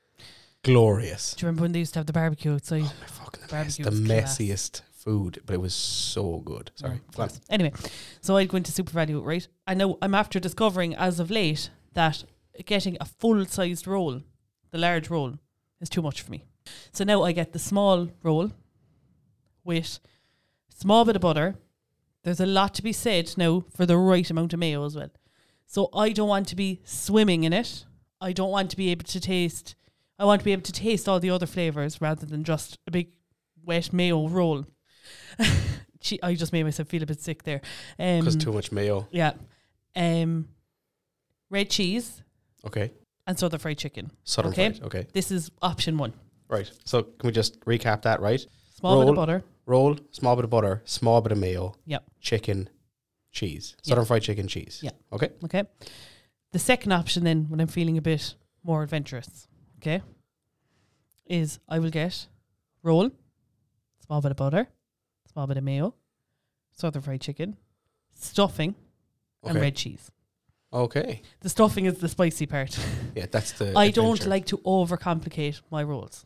glorious.
you remember when they used to have the barbecue outside?
My fucking the, mess,
Barbecue
the
was class.
messiest food, but it was so good. Sorry,
Mm,
go on.
class. Anyway, so I'd go into Super Value, right? And now I'm after discovering as of late that getting a full sized roll, the large roll, is too much for me. So now I get the small roll with small bit of butter. There's a lot to be said now for the right amount of mayo as well. So I don't want to be swimming in it. I don't want to be able to taste. I want to be able to taste all the other flavors rather than just a big wet mayo roll. Gee, I just made myself feel a bit sick there. Um,
because too much mayo.
yeah. Um, red cheese
Okay,
and southern fried chicken.
southern
Okay.
fried. Okay,
This is option one.
right. So can we just recap that? Right,
Small bit
Roll.
of butter.
roll, small bit of butter, small bit of mayo.
Yep.
Chicken, cheese, southern fried chicken, cheese.
Yeah.
Okay.
Okay. The second option, then, when I'm feeling a bit more adventurous, okay, is I will get roll, small bit of butter, small bit of mayo, southern fried chicken, stuffing,
Okay.
and red cheese.
Okay.
The stuffing is the spicy part.
Yeah, that's the.
I don't
adventure.
like to overcomplicate my rolls.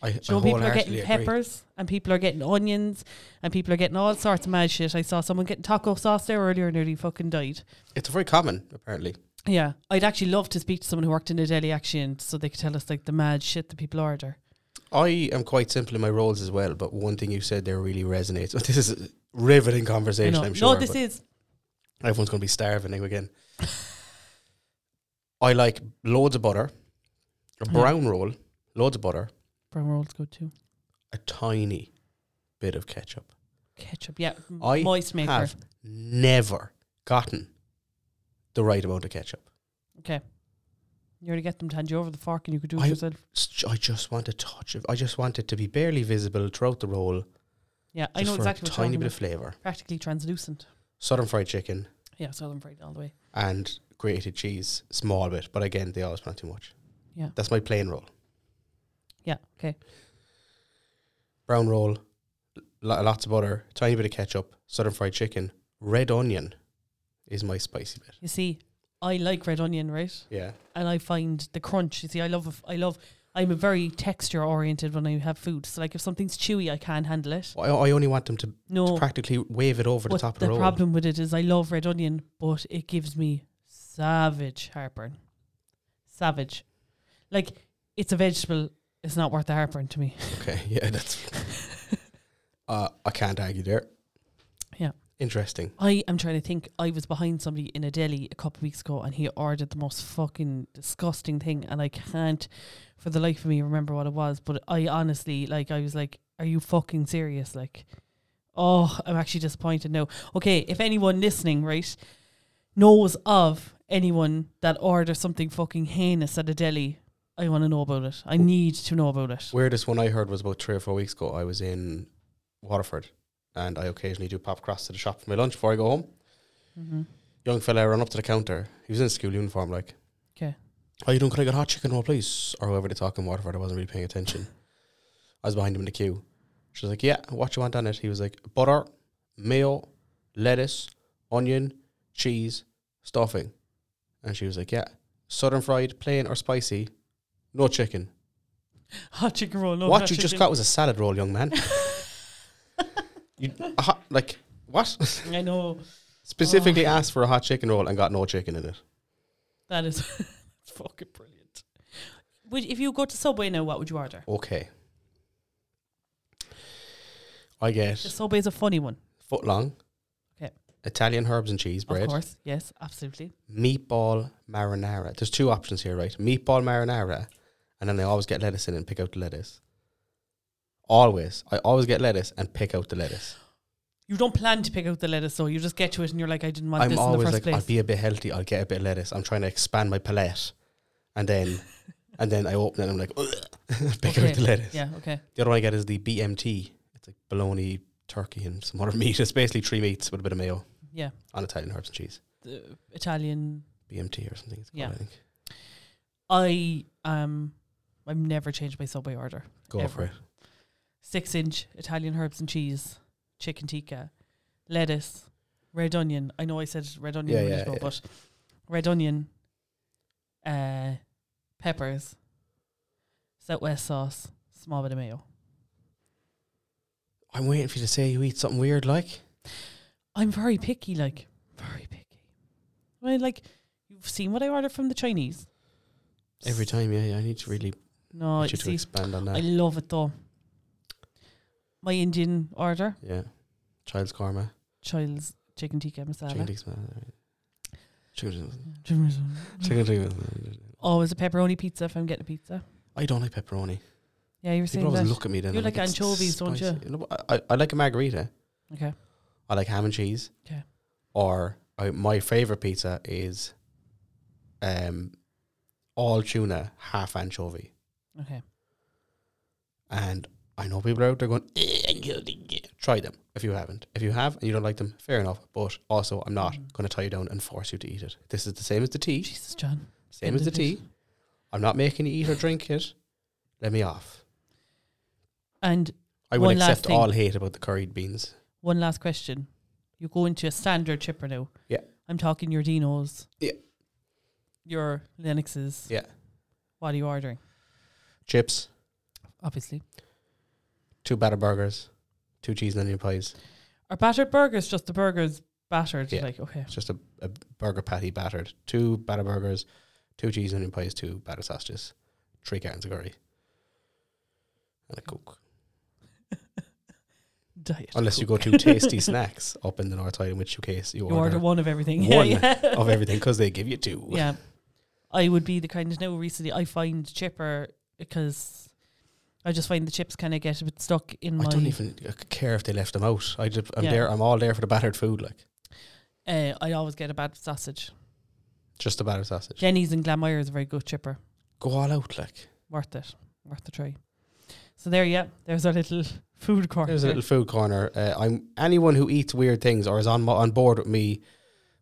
I,
Do you know people are getting peppers and people are getting onions and people are getting all sorts of mad shit. I saw someone getting taco sauce there earlier and nearly fucking died.
It's very common, apparently.
Yeah, I'd actually love to speak to someone who worked in a deli actually, and so they could tell us like the mad shit that people order.
I am quite simple in my roles as well, but one thing you said there really resonates. This is a riveting
You
conversation,
know,
I'm sure.
no, this
but
is
everyone's going to be starving now again. I like loads of butter, a
Mm.
brown roll, loads of butter,
brown rolls good too.
a tiny bit of ketchup.
Ketchup, yeah, m-
I
moist maker.
have never gotten the right amount of ketchup.
Okay, you already get them to hand you over the fork, and you could do it
I-
yourself.
It's ju- I just want a touch of, I just want it to be barely visible throughout the roll.
Yeah, I
just
know exactly
for a
what you're
tiny
talking
bit of
about.
flavour.
Practically translucent.
Southern fried chicken
Yeah, southern fried all the way.
and grated cheese, small bit, but again, they always plant too much.
Yeah.
That's my plain roll.
Yeah. Okay.
Brown roll, lo- lots of butter, tiny bit of ketchup, southern fried chicken, red onion is my spicy bit.
You see, I like red onion, right?
Yeah.
And I find the crunch. You see, I love. I love. I'm a very texture oriented when I have food. So like, if something's chewy, I can't handle it.
I, I only want them to, to
No.
practically wave it over the
But
top of
Oh. the
the roll.
problem with it is I love red onion, but it gives me savage heartburn. Savage. Like it's a vegetable, it's not worth the heartburn to me.
Okay, yeah, that's. uh, I can't argue there.
Yeah.
Interesting.
I am trying to think I was behind somebody in a deli a couple of weeks ago and he ordered the most fucking disgusting thing and I can't for the life of me remember what it was, but I honestly like I was like, Are you fucking serious? Like Oh, I'm actually disappointed now. Okay, if anyone listening, right, knows of anyone that orders something fucking heinous at a deli, I want to know about it. I
Oh.
need to know about it.
Weirdest one I heard was about three or four weeks ago. I was in Waterford and I occasionally do pop across to the shop for my lunch before I go home.
Mm-hmm.
Young fella ran up to the counter. He was in school uniform, like,
'Kay.
How you doing? Could I get hot chicken roll, please? Or whoever they talk in Waterford. I wasn't really paying attention. I was behind him in the queue. She was like, Yeah, what you want on it? He was like, Butter, mayo, lettuce, onion, cheese, stuffing. And she was like, Yeah, southern fried, plain or spicy, no chicken.
Hot chicken roll. No,
what
not
you just
chicken.
got was a salad roll, young man. you, a hot, like, what?
I know.
Specifically
Oh.
asked for a hot chicken roll and got no chicken in it.
That is fucking brilliant. Would if you go to Subway now, what would you order?
Okay. I get
The Subway is a funny one,
foot long.
Okay.
Italian herbs and cheese bread.
of course. Yes, absolutely.
Meatball marinara. There's two options here, right? Meatball marinara, and then they always get lettuce in and pick out the lettuce. Always. I always get lettuce and pick out the lettuce.
You don't plan to pick out the lettuce, though. You just get to it, and you're like, I didn't want
I'm
this in the
always
first
like,
place.
I'll be a bit healthy, I'll get a bit of lettuce. I'm trying to expand my palette. And then and then I open it and I'm like, "Ugh," pick
Okay.
out the lettuce.
yeah, okay.
The other one I get is the BMT. It's like bologna, turkey, and some other meat. It's basically three meats with a bit of mayo
Yeah,
on Italian herbs and cheese.
the Italian.
BMT or something. It's called,
Yeah.
I think.
I um, I've never changed my Subway order.
Go
Ever.
for it.
Six inch Italian herbs and cheese, chicken tikka, lettuce, red onion. I know I said red onion
Yeah,
a minute
yeah,
ago,
yeah.
but red onion, uh, peppers, southwest sauce, small bit of mayo.
I'm waiting for you to say you eat something weird like.
I'm very picky, like very picky. I mean, like you've seen what I order from the Chinese.
Every time, yeah, yeah. I need to really
No,
get you
you
to
Oh, see,
expand on
I
that.
love it though. My Indian order,
Yeah. Child's karma.
child's chicken tikka
Chicken
masala.
tikka masala. Chicken
Chicken.
chicken tikka masala.
Always a Oh, pepperoni pizza if I'm getting a pizza.
I don't like pepperoni.
Yeah, you were saying
People always
that.
look at me then.
You
I'm
like
"It's
anchovies, don't you?"
spicy." No, but I, I- I like a margarita.
Okay.
I like ham and cheese.
Okay.
Or I, my favorite pizza is, um, all tuna, half anchovy.
Okay.
And I know people are out there going, "Eh, anchovy." try them if you haven't. If you have and you don't like them, fair enough. But also, I'm not
Mhm.
going to tie you down and force you to eat it. This is the same as the tea.
Jesus, John.
Same as the
Ended it.
tea. I'm not making you eat or drink it. Let me off.
And
I will
One last
accept
thing.
all hate about the curried beans.
one last question. You go into a standard chipper now.
Yeah.
I'm talking your Dinos.
Yeah.
Your Linuxes.
Yeah.
What are you ordering?
Chips,
Obviously.
two batter burgers, two cheese and onion pies.
Are battered burgers just the burgers battered?
Yeah.
Like, okay.
It's just a, a burger patty battered. Two batter burgers, two cheese and onion pies, two batter sausages, three cartons of curry, and a coke.
Diet.
Unless you
Coke.
go to tasty snacks up in the North Island, which you case you
You order,
order
one of everything.
one
yeah, yeah.
of everything because they give you two.
yeah. I would be the kind of now recently I find chipper because I just find the chips kind of get a bit stuck in
I
my
don't even uh, care if they left them out. I just, I'm
Yeah.
there. I'm all there for the battered food, like
uh, I always get a bad sausage.
just the batter sausage.
Jenny's and Glamire is a very good chipper.
Go all out, like
worth it, worth the try. So there, yeah, there's our little food corner.
There's a little food corner. Uh, I'm anyone who eats weird things or is on mo- on board with me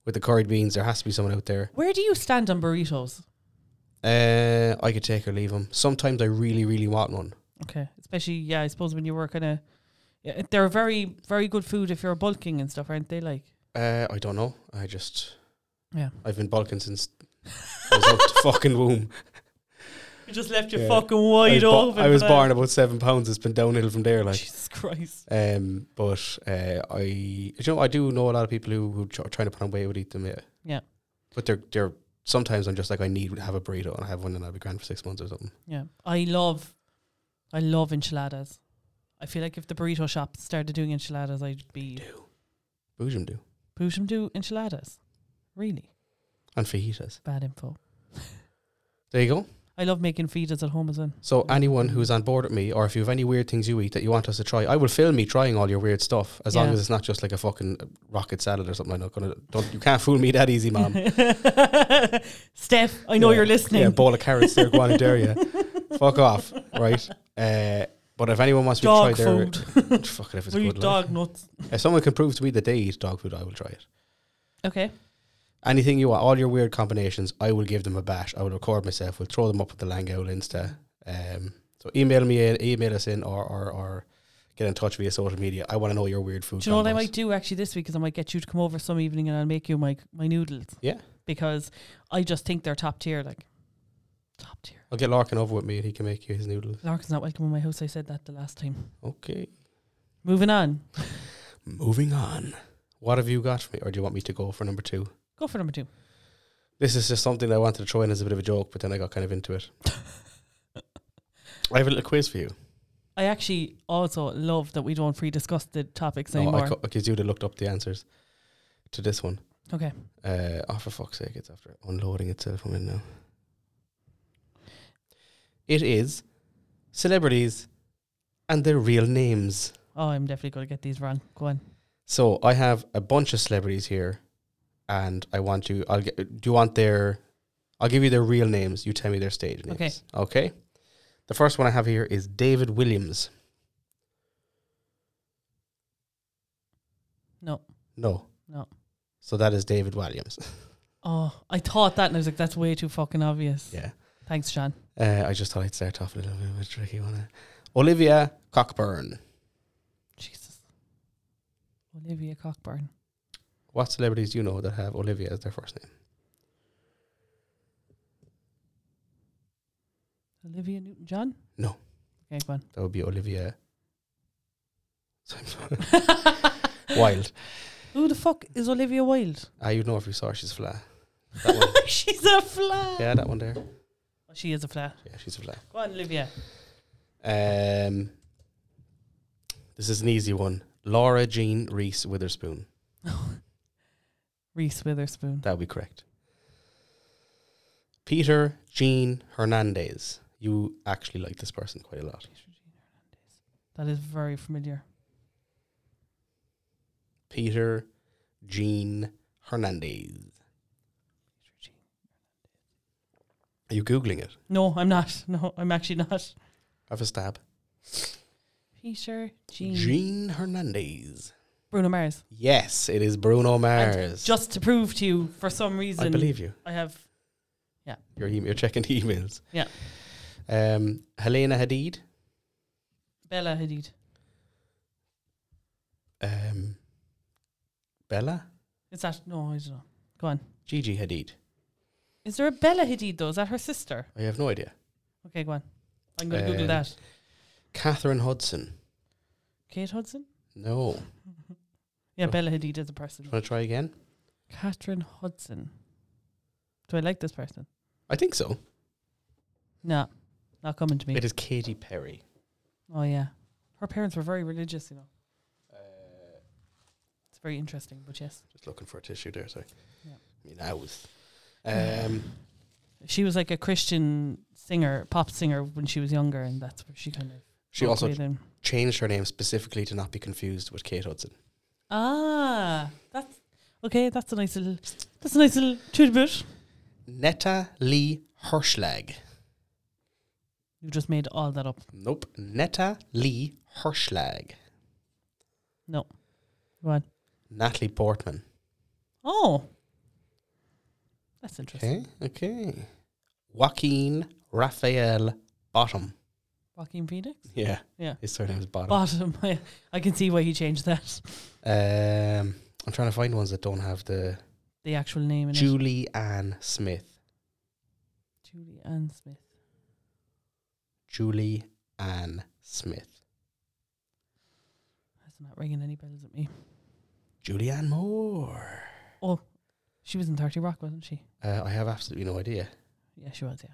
with the curried beans. There has to be someone out there.
Where do you stand on burritos?
Uh, I could take or leave them. Sometimes I really, really want one.
Okay, especially yeah, I suppose when you work in a, yeah, they're very very good food if you're bulking and stuff, aren't they? Like
Uh, I don't know. I just
yeah,
I've been bulking since I was out the fucking womb.
you just left your
Yeah.
fucking
I
wide
was, bo-
Oh, open.
I was
for that.
born about seven pounds. It's been downhill from there. Like,
Jesus Christ.
um, but uh, I, you know, I do know a lot of people who who are trying to put on weight would eat them. Yeah,
Yeah.
But they're they're sometimes I'm just like I need to have a burrito and I have one and I'll be grand for six months or something.
Yeah, I love, I love enchiladas. I feel like if the burrito shop started doing enchiladas, I'd be
Boojum do
push them to enchiladas. Really
and fajitas.
bad info.
There you go.
I love making fajitas at home as well.
So anyone who's on board with me, or if you have any weird things you eat that you want us to try, I will film me trying all your weird stuff, as long
Yeah.
as it's not just like a fucking rocket salad or something. I'm not gonna. Don't you can't fool me that easy, mom.
Steph, I know
Yeah,
you're listening.
Yeah, bowl of carrots there, go on and dare you. Fuck off, right? Uh, but if anyone wants me to try
dog
their
food.
fuck it if it's
We
good,
eat
like.
dog nuts.
if someone can prove to me that they eat dog food, I will try it.
Okay.
Anything you want, all your weird combinations, I will give them a bash. I will record myself. We'll throw them up at the Langowl Insta. Um, so email me in, email us in, or, or or get in touch via social media. I want to know your weird food.
Do you know what I
combos.
might do actually this week? Is I might get you to come over some evening and I'll make you my my noodles
Yeah,
because I just think they're top tier. Like top tier.
I'll get Larkin over with me, and he can make you his noodles.
Larkin's not welcome in my house. I said that the last time.
Okay.
Moving on.
Moving on. What have you got for me, or do you want me to go for number two?
Go for number two.
This is just something I wanted to throw in as a bit of a joke, but then I got kind of into it. I have a little quiz for you.
I actually also love that we don't free discuss the topics
No, Oh, I
anymore.
co- because you'd have looked up the answers to this one.
okay.
Uh, oh, for fuck's sake, it's after unloading itself. I'm in now. It is celebrities and their real names.
Oh, I'm definitely going to get these wrong. Go on.
So I have a bunch of celebrities here, and I want to. I'll get. Do you want their? I'll give you their real names. You tell me their stage names.
Okay.
Okay. The first one I have here is David Williams.
No.
No.
No.
So that is David Williams.
Oh, I thought that and I was like, that's way too fucking obvious.
yeah.
Thanks, Sean.
Uh, I just thought I'd start off a little bit of a tricky one. Uh, Olivia Cockburn.
Jesus. Olivia Cockburn.
What celebrities do you know that have Olivia as their first name?
Olivia Newton John?
No.
Okay, go on.
That would be Olivia. Wild.
Who the fuck is Olivia Wilde?
Ah, you'd know if you saw her, she's flat. That one.
She's a flat.
yeah, that one there.
She is a flat.
Yeah, she's a flat.
Go on, Olivia.
Um, this is an easy one. Laura Jean Reese Witherspoon.
Reese Witherspoon.
That would be correct. Peter Jean Hernandez. You actually like this person quite a lot.
That is very familiar.
Peter Jean Hernandez. Are you Googling it?
No, I'm not. No, I'm actually not.
Have a stab.
Peter Jean.
Jean Hernandez.
Bruno Mars.
Yes, it is Bruno
And
Mars.
Just to prove to you, for some reason,
I believe you.
I have
Your email, you're checking the emails.
Yeah.
Um, Helena Hadid.
Bella Hadid.
Um, Bella.
Is that no? I don't know. Go on.
Gigi Hadid.
Is there a Bella Hadid though? Is that her sister?
I have no idea.
Okay, go on. I'm going to
Um,
Google that.
Catherine Hudson.
Kate Hudson.
No.
Yeah,
Oh.
Bella Hadid is a person.
Want to try again?
Catherine Hudson. Do I like this person?
I think so.
No, not coming to me.
It is Katy Perry.
Oh yeah, her parents were very religious. You know,
Uh,
it's very interesting. But yes,
just looking for a tissue there. Sorry.
Yeah.
I mean, I was. Um,
she was like a Christian singer, pop singer when she was younger, and that's where she kind of.
she
broke
also
away then.
changed her name specifically to not be confused with Kate Hudson.
Ah, that's okay. That's a nice little. That's a nice little tribute.
Netta Lee Hirschlag.
You just made all that up.
Nope. Netta Lee Hirschlag.
Go on.
Natalie Portman.
Oh, That's interesting.
Okay, okay. Joaquin Raphael Bottom.
Joaquin Phoenix?
Yeah.
Yeah.
His surname is Bottom.
Bottom. I, I can see why he changed that.
Um, I'm trying to find ones that don't have the
The actual name in it.
Julie Ann Smith.
Julie Ann Smith.
Julie Ann Smith.
That's not ringing any bells at me.
Julie Ann Moore.
Oh, she was in 30 Rock, wasn't she?
Uh, I have absolutely no idea.
Yeah, she was,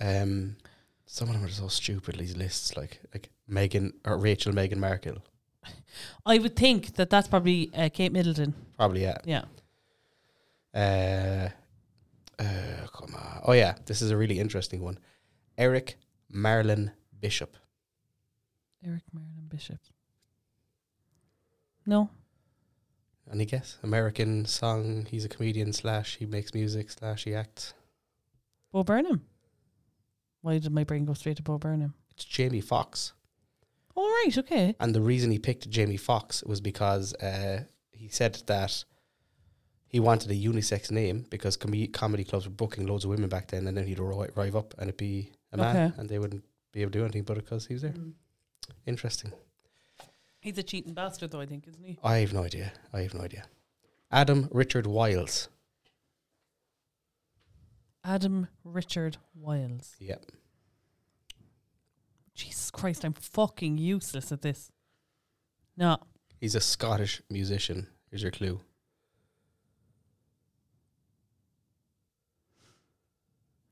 yeah.
Um, some of them are so stupid. These lists, like like Megan or Rachel, Megan Markle,
I would think that that's probably uh, Kate Middleton.
probably yeah.
Yeah.
Uh, uh, come on. Oh yeah, this is a really interesting one. Eric Marlin Bishop.
Eric Marilyn Bishop. No.
Any guess? American song. He's a comedian slash he makes music slash he acts.
Bo Burnham. Why did my brain go straight to Bo Burnham?
It's Jamie Fox.
All right, okay.
And the reason he picked Jamie Fox was because uh, he said that he wanted a unisex name because com- comedy clubs were booking loads of women back then, and then he'd arri- arrive up and it'd be a man,
Okay.
and they wouldn't be able to do anything but because he was there. Interesting.
He's a cheating bastard, though, I think, isn't he?
I have no idea. I have no idea. Adam Richard Wiles.
Adam Richard Wiles.
Yep.
Jesus Christ, I'm fucking useless at this. No.
He's a Scottish musician. Here's your clue.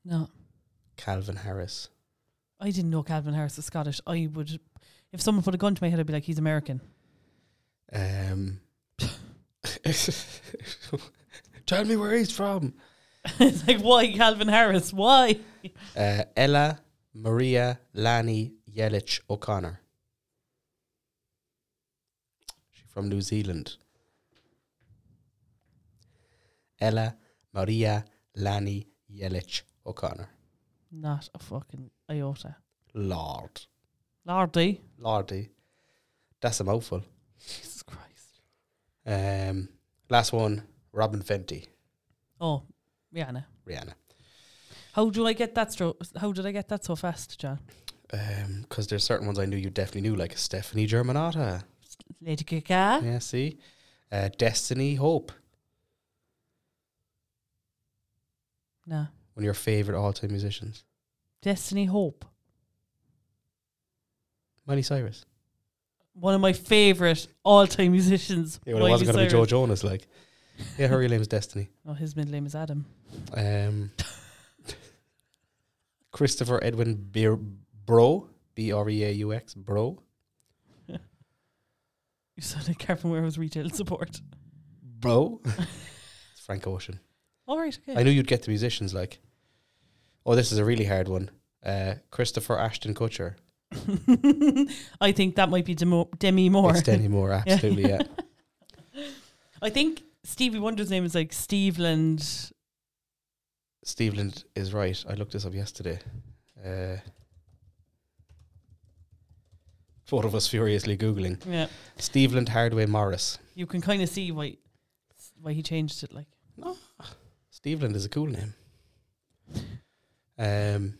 No,
Calvin Harris.
I didn't know Calvin Harris was Scottish. I would, if someone put a gun to my head, I'd be like, he's American.
Um, tell me where he's from.
it's like, why Calvin Harris? Why?
Uh, Ella Maria Lani Yelich O'Connor. She's from New Zealand. Ella Maria Lani Yelich O'Connor.
Not a fucking iota.
Lord.
Lordy.
Lordy. That's a mouthful.
Jesus Christ.
Um, last one Robin Fenty,
Oh, Rihanna.
Rihanna.
How do I get that? Stro- how did I get that so fast, John?
Because Um, there's certain ones I knew you definitely knew, like Stephanie Germanata.
Lady Gaga.
Yeah, see? Uh, Destiny Hope.
No.
One of your favorite all time musicians.
Destiny Hope.
Miley Cyrus.
One of my favorite all-time musicians.
Yeah, well, it wasn't going to be Joe
George.
Jonas, like. Yeah, her real name is Destiny.
Oh, his middle name is Adam.
Um, Christopher Edwin Beer, Bro, B R E A U X, Bro.
You sound like Kevin Ware was retail support.
Bro. it's Frank Ocean.
All right, okay.
I knew you'd get the musicians, like. Oh, this is a really hard one. Uh, Christopher Ashton Kutcher.
I think that might be Demo- Demi Moore.
It's Demi Moore, absolutely, yeah.
I think Stevie Wonder's name is like Steveland.
Steveland is right. I looked this up yesterday. Uh, four of us furiously Googling.
Yeah,
Steveland Hardway Morris.
you can kind of see why why he changed it. Like,
Steveland is a cool name. Um,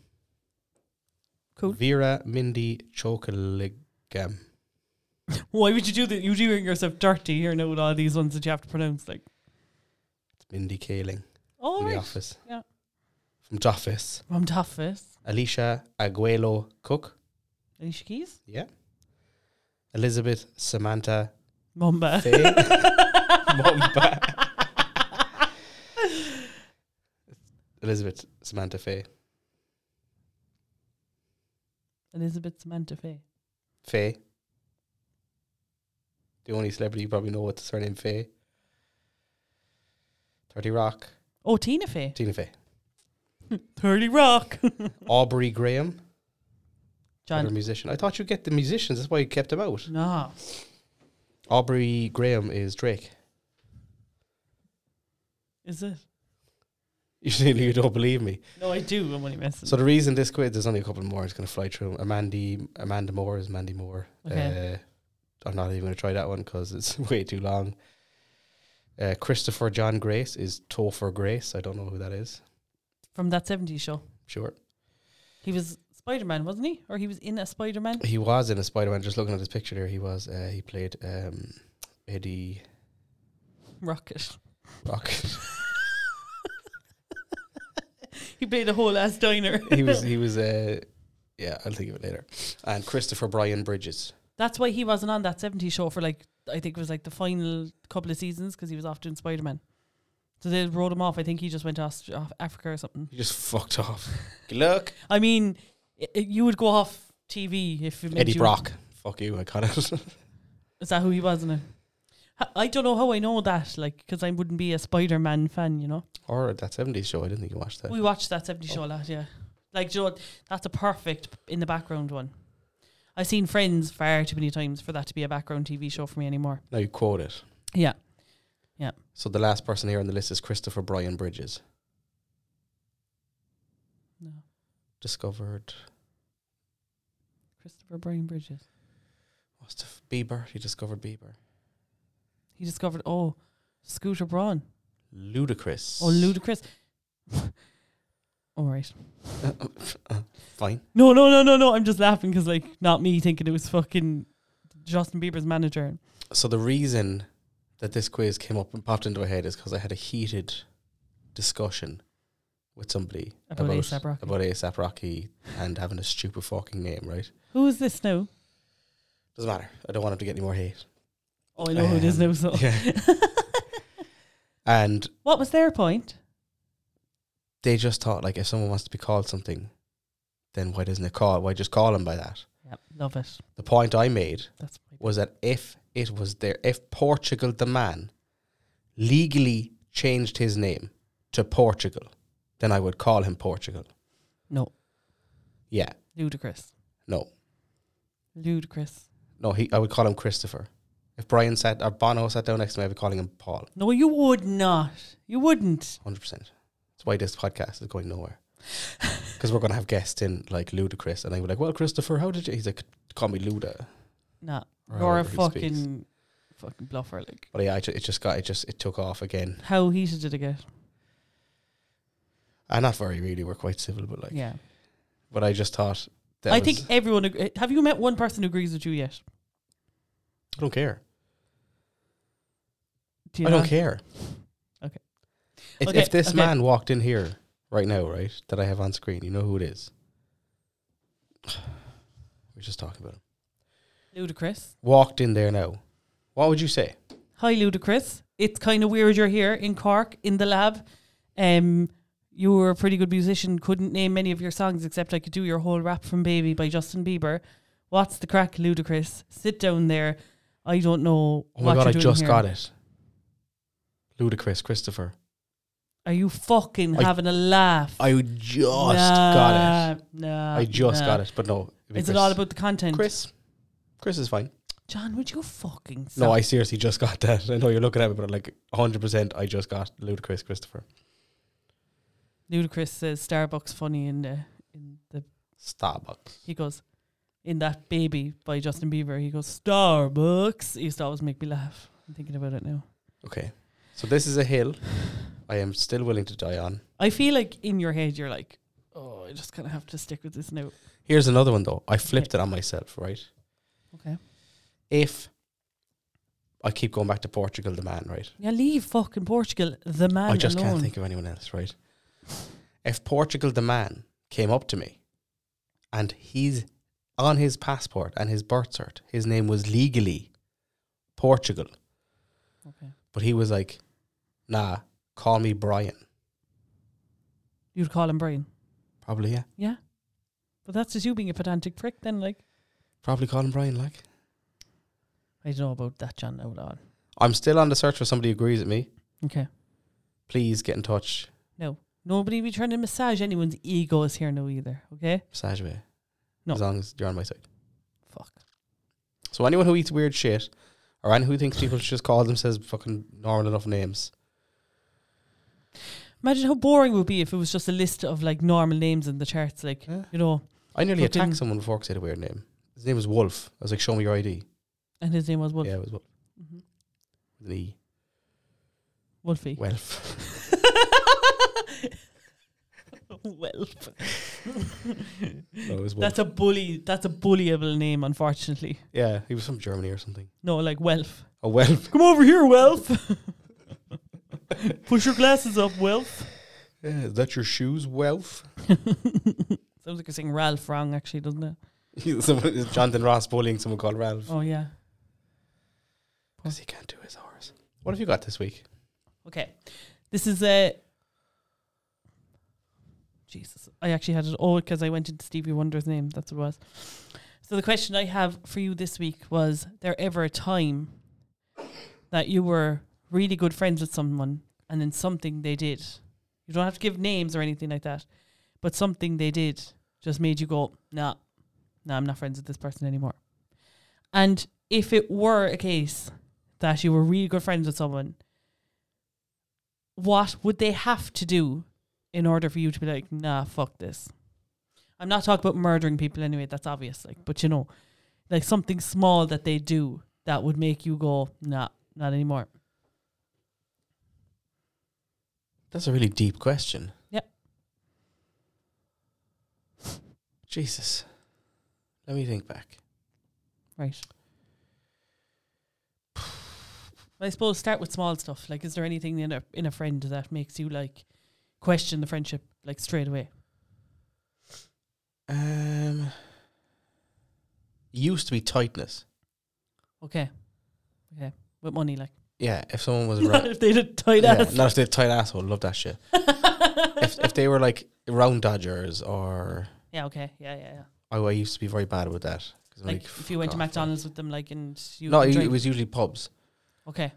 Cool.
Vera Mindy Chokaligam.
why would you do that? You're doing yourself dirty here now with all these ones that you have to pronounce. Like,
Mindy Kaling
all
from The
right,
Office.
yeah.
From The Office.
from Duffus,
Alicia Aguelo Cook.
Alicia Keys,
Yeah. Elizabeth Samantha
Mumba.
Faye. Mumba. Elizabeth Samantha Faye.
Elizabeth Samantha Faye.
Faye. The only celebrity you probably know with the surname Faye. 30 Rock.
Oh, Tina Faye.
Tina Fey.
Thirty Rock.
Aubrey Graham. Another
John.
musician. I thought you'd get the musicians. That's why you kept them out.
No.
Aubrey Graham is Drake.
Is it?
You really you don't believe me.
No, I do. I'm only messing.
So the reason this quiz, there's only a couple more. It's going to fly through. Amanda, Amanda Moore is Mandy Moore.
Okay.
Uh, I'm not even going to try that one because it's way too long. Uh, Christopher John Grace is Topher Grace. I don't know who that is.
from that 70s show.
Sure.
He was Spider Man, wasn't he? Or he was in a Spider Man?
He was in a Spider Man. Just looking at his picture there, he was. Uh, he played um, Eddie
Rocket.
Rocket.
He played a whole ass diner.
he was. He was. Uh, yeah, I'll think of it later. And Christopher Brian Bridges.
That's why he wasn't on that 70s show for like, I think it was like the final couple of seasons because he was off doing Spider Man. So they wrote him off. I think he just went to Aust- off Africa or something.
He just fucked off. Good luck,
I mean, i i- you would go off TV if it meant
Eddie
you-
Brock. Fuck you, I got it.
Is that who he was in it? Ha- I don't know how I know that, like, because I wouldn't be a Spider Man fan, you know.
or that '70s show. I didn't think you watched that.
We watched that 70
Oh.
show last year. Like, do you know, what? that's a perfect in the background one. I've seen Friends far too many times for that to be a background TV show for me anymore.
Now you quote it.
Yeah.
So the last person here on the list is Christopher Brian Bridges.
No.
Discovered
Christopher Brian Bridges.
what's the f- Bieber? He discovered Bieber.
He discovered, oh, Scooter Braun.
Ludacris.
Oh, ludicrous. All right.
Fine.
No, no, no, no, no. I'm just laughing because, like, not me thinking it was fucking Justin Bieber's manager.
So the reason that this quiz came up and popped into my head is because I had a heated discussion with somebody
About A$AP Rocky.
about ASAP Rocky and having a stupid fucking name, right?
Who is this now?
Doesn't matter. I don't want him to get any more hate.
Oh, I know who it is
Um,
now. So,
Yeah. and
what was their point?
they just thought like if someone wants to be called something, then why doesn't it call? Why just call him by that?
Yep, love it.
The point I made
That's my
was that if it was there, if Portugal the man legally changed his name to Portugal, then I would call him Portugal.
no
Yeah,
ludicrous,
no,
ludicrous.
no. He, I would call him Christopher. If Brian sat or Bono sat down next to me, I'd be calling him Paul.
No, you would not. You wouldn't.
Hundred percent. That's why this podcast is going nowhere. Because we're going to have guests in like Ludacris, and I'm like, "Well, Christopher, how did you?" He's like, "Call me Luda."
Nah, you're
Or
a
however he speaks.
fucking fucking bluffer. Like
But yeah, I ju- it just got it just it took off again.
how heated did it get?
And not very really. We're quite civil, but like,
yeah,
but I just thought that
I
was-
think everyone. Ag- have you met one person who agrees with you yet?
I don't care.
Do you
I don't
not?
care.
Okay.
If,
Okay,
if this
okay.
man walked in here right now, right, that I have on screen, you know who it is. We We're just talking about him.
Ludicrous.
Walked in there now. What would you say?
Hi, ludicrous. It's kind of weird you're here in Cork in the lab. Um, you were a pretty good musician. Couldn't name many of your songs except I could do your whole rap from Baby by Justin Bieber. What's the crack, ludicrous? Sit down there. I don't know.
Oh my
what
god,
you're
I
doing
just
here.
got it. Ludacris, Christopher.
Are you fucking
I-
having a laugh?
I just got it.
Nah,
I just
nah.
got it, but no. it'd be
Is
Chris.
it all about the content?
Chris? Chris is fine.
John, would you fucking stop?
No, I seriously just got that. I know you're looking at me, but like 100%, I just got Ludacris, Christopher.
Ludacris says Starbucks funny in the in the
Starbucks.
he goes in that baby by Justin Bieber. He goes Starbucks. He used to always make me laugh. I'm thinking about it now.
Okay. So this is a hill I am still willing to die on.
I feel like in your head you're like, oh, I just kind of have to stick with this now.
Here's another one though. I flipped it on myself, right?
Okay.
If I keep going back to Portugal, the man, right?
Yeah, leave fucking Portugal. The man
I just
alone.
can't think of anyone else, right? If Portugal, the man, came up to me and he's on his passport and his birth cert, his name was legally Portugal,
Okay.
but he was like, nah, call me Brian.
You'd call him Brian.
Probably, yeah.
Yeah. But that's just you being a pedantic prick then, like.
Probably call him Brian, like.
I don't know about that, John. Out loud.
I'm still on the search for somebody who agrees with me.
Okay.
Please get in touch.
No. Nobody be trying to massage anyone's egos here now either. Okay?
Massage me.
No.
As long as you're on my side.
Fuck.
So anyone who eats weird shit, or anyone who thinks people should just call themselves fucking normal enough names,
Imagine how boring it would be if it was just a list of like normal names in the charts, like
Yeah.
you know,
I nearly
Fucking-
attacked someone before because I had a weird name. His name was Wolf. I was like, "Show me your ID."
and his name was Wolf.
Yeah, it was Wolf
Mhm.
with an E.
Wolfie.
Welf.
Welp.
No, it was Wolf.
That's a bully. That's a bullyable name, unfortunately.
yeah, he was from Germany or something.
No, like Welf.
A Welf.
Come over here, Welf. Push your glasses up, Welf.
Yeah, is that your shoes, Welf?
Sounds like you're saying Ralph wrong, actually, doesn't it?
someone, is Jonathan Ross bullying someone called Ralph
Oh yeah.
because he can't do his R's. What have you got this week?
Okay. This is a. Jesus. I actually had it all because I went into Stevie Wonder's name. That's what it was. So the question I have for you this week was there ever a time that you were really good friends with someone and then something they did? You don't have to give names or anything like that, but something they did just made you go, nah, nah, I'm not friends with this person anymore. And if it were a case that you were really good friends with someone what would they have to do in order for you to be like, nah, fuck this? I'm not talking about murdering people anyway, that's obvious. Like, but you know, like something small that they do that would make you go, nah, not anymore.
That's a really deep question.
Yep.
Jesus. Let me think back.
Right. I suppose start with small stuff. Like, is there anything in a in a friend that makes you like question the friendship like straight away?
Um, used to be tightness.
Okay. Okay. With money, like
Yeah, if someone was
not
around.
if they did tight
yeah,
ass.
not if they're tight asshole. Love that shit. if if they were like round dodgers or
yeah, okay. Yeah, yeah, yeah.
oh, I used to be very bad with that. 'Cause I'm
Like, if you
"Fuck
went to
off,
McDonald's with them, like, and you
like." no, it,
enjoyed-
it was usually pubs.
okay,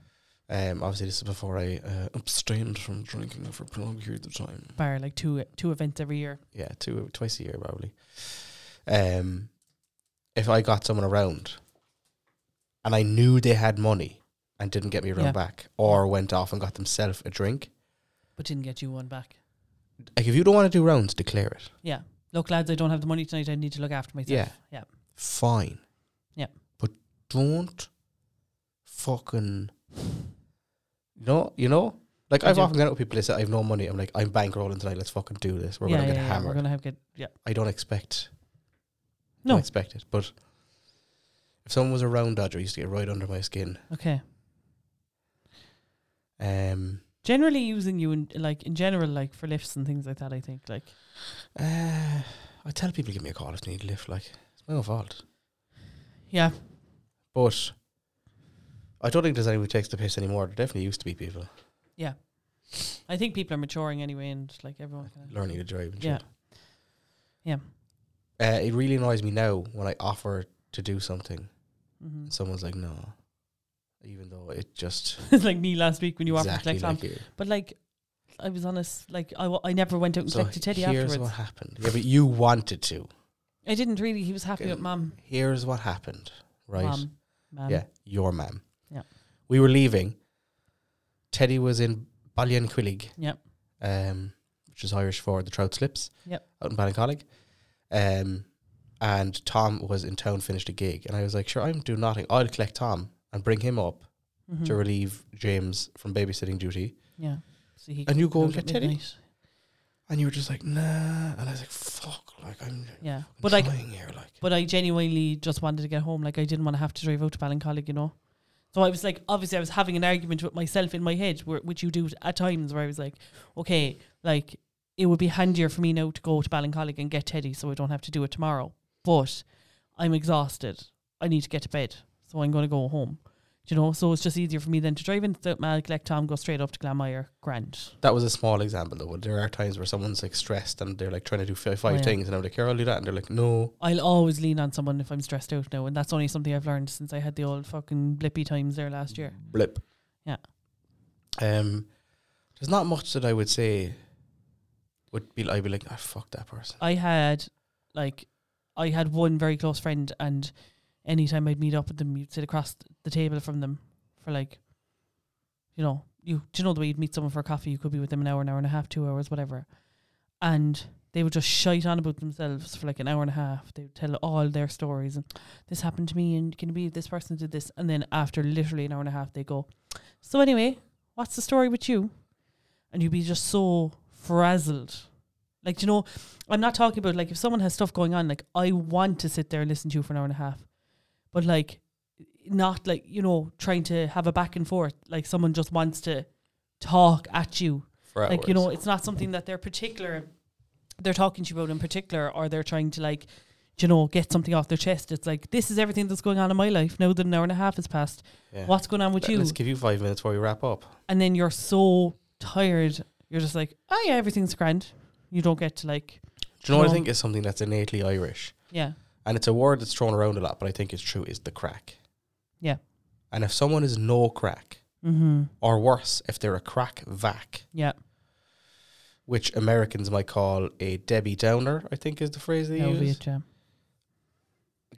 Um, obviously this is before I uh, abstained from drinking for prolonged periods of time.
bar like two two events every year.
yeah, two twice a year probably. Um, if I got someone around, and I knew they had money and didn't get me around
Yeah.
back, or went off and got themselves a drink,
But didn't get you one back.
like if you don't want to do rounds, declare it.
Yeah, look, lads, I don't have the money tonight. I need to look after myself.
Yeah.
yeah,
Fine.
Yeah.
But don't fucking. No, you know, like
I
I've
do.
often gone out with people. They say I have no money. I'm like, I'm bankrolling tonight. Let's fucking do this. We're
yeah,
gonna
yeah,
get
yeah, We're
hammered.
gonna have get yeah.
I don't expect.
No.
Don't expect it. But if someone was a round dodger, I used to get right under my skin.
Okay,
Um,
generally using you in like in general like for lifts and things like that. I think like
uh, I tell people give me a call if they need a lift. Like it's my own fault.
yeah,
But I don't think there's anyone who takes the piss anymore. There definitely used to be people
I think people are maturing anyway, and like everyone. Kind of,
learning to drive. And
Yeah.
shit.
Yeah.
Uh, it really annoys me now when I offer to do something.
mm-hmm.
and Someone's like, no. Even though it just
it's like me last week when you offered to
exactly
collect lamp.
like you.
but like. I was honest, like I, wa- I never went out and
So
collected Teddy
here's
afterwards.
what happened. Yeah, but you wanted to.
I didn't really. He was happy
Okay.
with mum.
Here's what happened, right?
Mum. Mum.
Yeah, your ma'am.
Yeah.
We were leaving. Teddy was in Ballincollig.
Yep.
Um, which is Irish for the trout slips.
Yep.
Out in Ballincollig. Um, and Tom was in town, finished a gig, and I was like, "Sure, I'm doing nothing. I'll collect Tom and bring him up
Mhm.
to relieve James from babysitting duty."
Yeah. So he
And you
could
go and
out at
get Teddy?
midnight.
And you were just like, "Nah," and I was like, "Fuck!" Like I'm,
Yeah.
I'm
But like
trying here, like
but I genuinely just wanted to get home. Like I didn't want to have to drive out to Ballincollig, you know. So I was like, obviously, I was having an argument with myself in my head, where, which you do at times, where I was like, okay, like it would be handier for me now to go to Ballincollig and get Teddy, so I don't have to do it tomorrow. But I'm exhausted. I need to get to bed, so I'm going to go home. Do you know? So it's just easier for me then to drive into the Mal, collect Tom, go straight up to Glanmire, Grant.
that was a small example though. But there are times where someone's like stressed and they're like trying to do fi- five
Oh, yeah.
things, and I'm like, "Here, I'll do that," and they're like, "No."
I'll always lean on someone if I'm stressed out now, and that's only something I've learned since I had the old fucking blippy times there last year.
blip.
Yeah.
Um, there's not much that I would say would be. I'd be like, I fuck that person.
I had like I had one very close friend and anytime I'd meet up with them you'd sit across th- the table from them for like you know, you do you know the way you'd meet someone for coffee, you could be with them an hour, an hour and a half, two hours, whatever. And they would just shite on about themselves for like an hour and a half. They would tell all their stories and this happened to me and can you be this person did this and then after literally an hour and a half they go, So anyway, what's the story with you? And you'd be just so frazzled. Like, you know, I'm not talking about like if someone has stuff going on, like I want to sit there and listen to you for an hour and a half. But like not like, you know, trying to have a back and forth. Like someone just wants to talk at you.
For
Like, you know, it's not something that they're particular they're talking to you about in particular or they're trying to like you know, get something off their chest. It's like this is everything that's going on in my life now that an hour and a half has passed.
Yeah.
What's going on with you?
Let's give you five minutes before we wrap up.
and then you're so tired, you're just like, oh yeah, everything's grand. You don't get to like,
Do you know what I
No.
think is something that's innately Irish?
yeah,
And it's a word that's thrown around a lot, but I think it's true, is the crack.
Yeah.
And if someone is no crack,
mm-hmm,
or worse, if they're a crack vac,
yeah,
which Americans might call a Debbie Downer, I think is the phrase they
that would be
use.
it, yeah,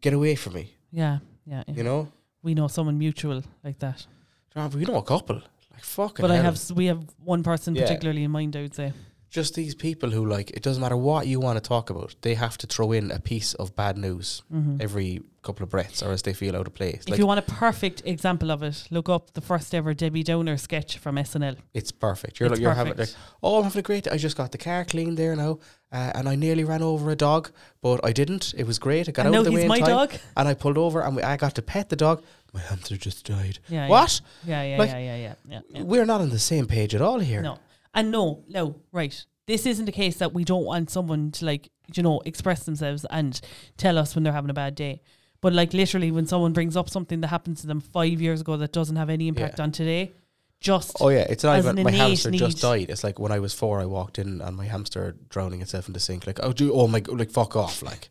Get away from me,
yeah, yeah. yeah.
you know?
We know someone mutual like that,
John, we know a couple. Like, fucking
but I
hell.
have s- we have one person
Yeah.
particularly in mind. I would say,
Just these people who, like, it doesn't matter what you want to talk about, they have to throw in a piece of bad news
Mhm.
every couple of breaths, or else they feel out of place.
if
Like,
you want a perfect example of it, look up the first ever Debbie Downer sketch from SNL.
it's perfect. You're,
It's
like, you're having, like,
perfect.
oh, I'm having a great day. I just got the car cleaned there now, uh, and I nearly ran over a dog, but I didn't. It was great. I got
And now
out of the way
he's
in
my
time,
dog.
and I pulled over, and we, I got to pet the dog. My hamster just died.
Yeah,
What?
Yeah, yeah, yeah,
Like-
yeah, yeah, yeah, yeah, yeah.
We're not on the same page at all here.
No. And no, no, right. This isn't a case that we don't want someone to like, you know, express themselves and tell us when they're having a bad day. But like literally when someone brings up something that happened to them five years ago that doesn't have any impact
Yeah.
on today, just
Oh yeah, it's not
As
even
an
my
innate
hamster just
need.
died. It's like when I was four, I walked in and my hamster drowning itself in the sink. Like, oh, do oh my, g- like fuck off. Like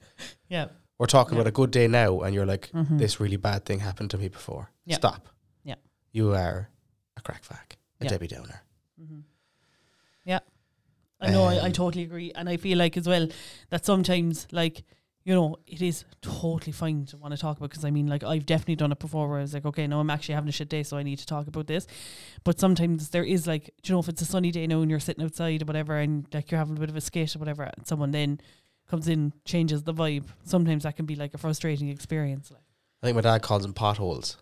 yeah. Mm-hmm.
we're talking about a good day now, and you're like, this really bad thing happened to me before.
Yeah.
Stop.
Yeah.
you are a crackback, a
Yeah.
Debbie Downer.
I know, I, I
Um,
totally agree. And I feel like as well that sometimes, like, you know, it is totally fine to want to talk about because I mean, like, I've definitely done it before where I was like, okay, no, I'm actually having a shit day, so I need to talk about this. But sometimes there is, like, do you know, if it's a sunny day now and you're sitting outside or whatever and like you're having a bit of a skate or whatever, and someone then comes in, changes the vibe, sometimes that can be like a frustrating experience. Like,
I think my dad calls them potholes.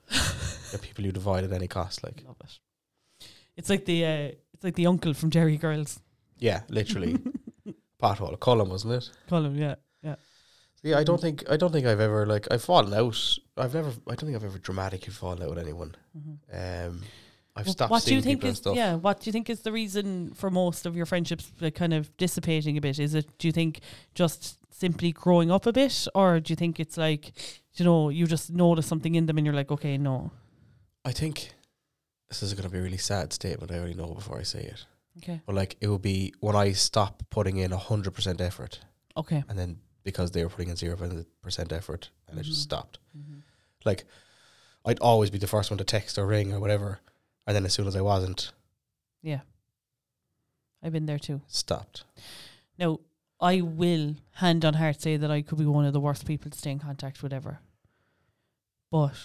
the people you divide at any cost. Like,
I love it. It's like the, uh, it's like the uncle from Jerry Girls.
yeah, literally pothole. Call him, wasn't it?
Call him, yeah.
Yeah,
Mm.
I don't think I don't think I've ever like I've fallen out. I've never. I don't think I've ever dramatically fallen out with anyone.
Mm-hmm.
Um, I've
Well,
stopped
what do
seeing
you think
people and
is
stuff.
yeah what do you think is the reason for most of your friendships like, kind of dissipating a bit is it do you think just simply growing up a bit or do you think it's like you know you just notice something in them and you're like okay no
I think this is going to be a really sad statement. I already know before I say it.
okay
But like, it would be when I stop putting in hundred percent effort,
okay
and then because they were putting in zero percent effort, and it just
Mm-hmm.
stopped. Like, I'd always be the first one to text or ring or whatever, and then as soon as I wasn't,
yeah I've been there too
it stopped.
now I will hand on heart say that I could be one of the worst people to stay in contact with ever but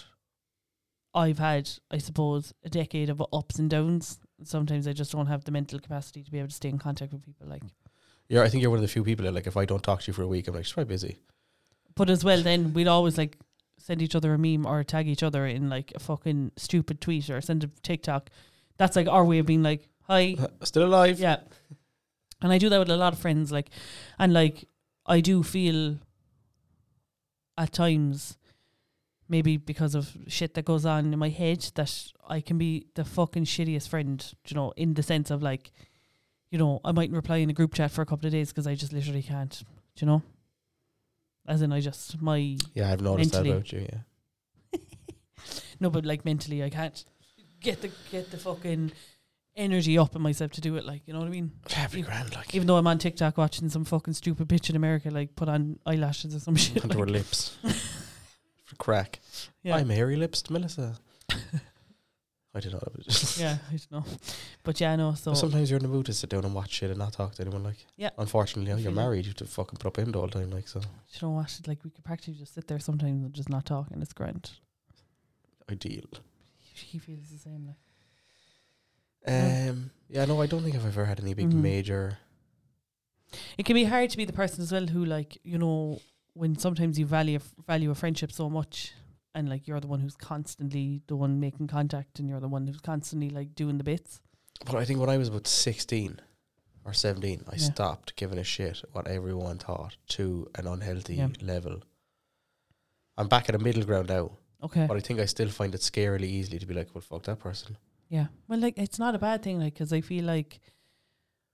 I've had, I suppose, a decade of ups and downs. Sometimes I just don't have the mental capacity to be able to stay in contact with people. Like,
You're, I think you're one of the few people that like if I don't talk to you for a week, I'm like, she's probably busy.
but as well, then we'd always like send each other a meme or tag each other in like a fucking stupid tweet or send a TikTok. That's like our way of being like, hi,
Still alive.
yeah. And I do that with a lot of friends, like, and like, I do feel at times, maybe because of shit that goes on in my head, that I can be the fucking shittiest friend, you know, in the sense of like, you know, I mightn't reply in a group chat for a couple of days because I just literally can't, you know? As in, I just, my,
Yeah, I've noticed
Mentally.
that about you. Yeah.
no, but like mentally, I can't get the, get the fucking energy up in myself to do it, like, you know what I mean?
Happy grand, like
Even though I'm on TikTok watching some fucking stupid bitch in America like put on eyelashes or some shit.
onto her
like-
lips for crack.
yeah,
I'm hairy lips, Melissa. I did not. Have it.
yeah, I don't know. But yeah, I know. So
But Sometimes you're in the mood to sit down and watch shit and not talk to anyone. Like,
Yeah. Mm-hmm.
Unfortunately,
I
you're
feel that.
married. You have to fucking put up with him the whole time. Like, so
you know what? Like we could practically just sit there sometimes and just not talk, and it's grand.
ideal.
She feels the same. Like Yeah.
Um. Yeah. No, I don't think I've ever had any big
Mhm.
major.
it can be hard to be the person as well who like you know when sometimes you value a f- value a friendship so much, and like you're the one who's constantly the one making contact, and you're the one who's constantly like doing the bits.
But I think when I was about 16 or 17, I
Yeah.
stopped giving a shit what everyone thought to an unhealthy
Yeah.
level. I'm back at a middle ground now,
Okay.
but I think I still find it scarily easily to be like, well, fuck that person.
Yeah. Well, like it's not a bad thing, like because I feel like,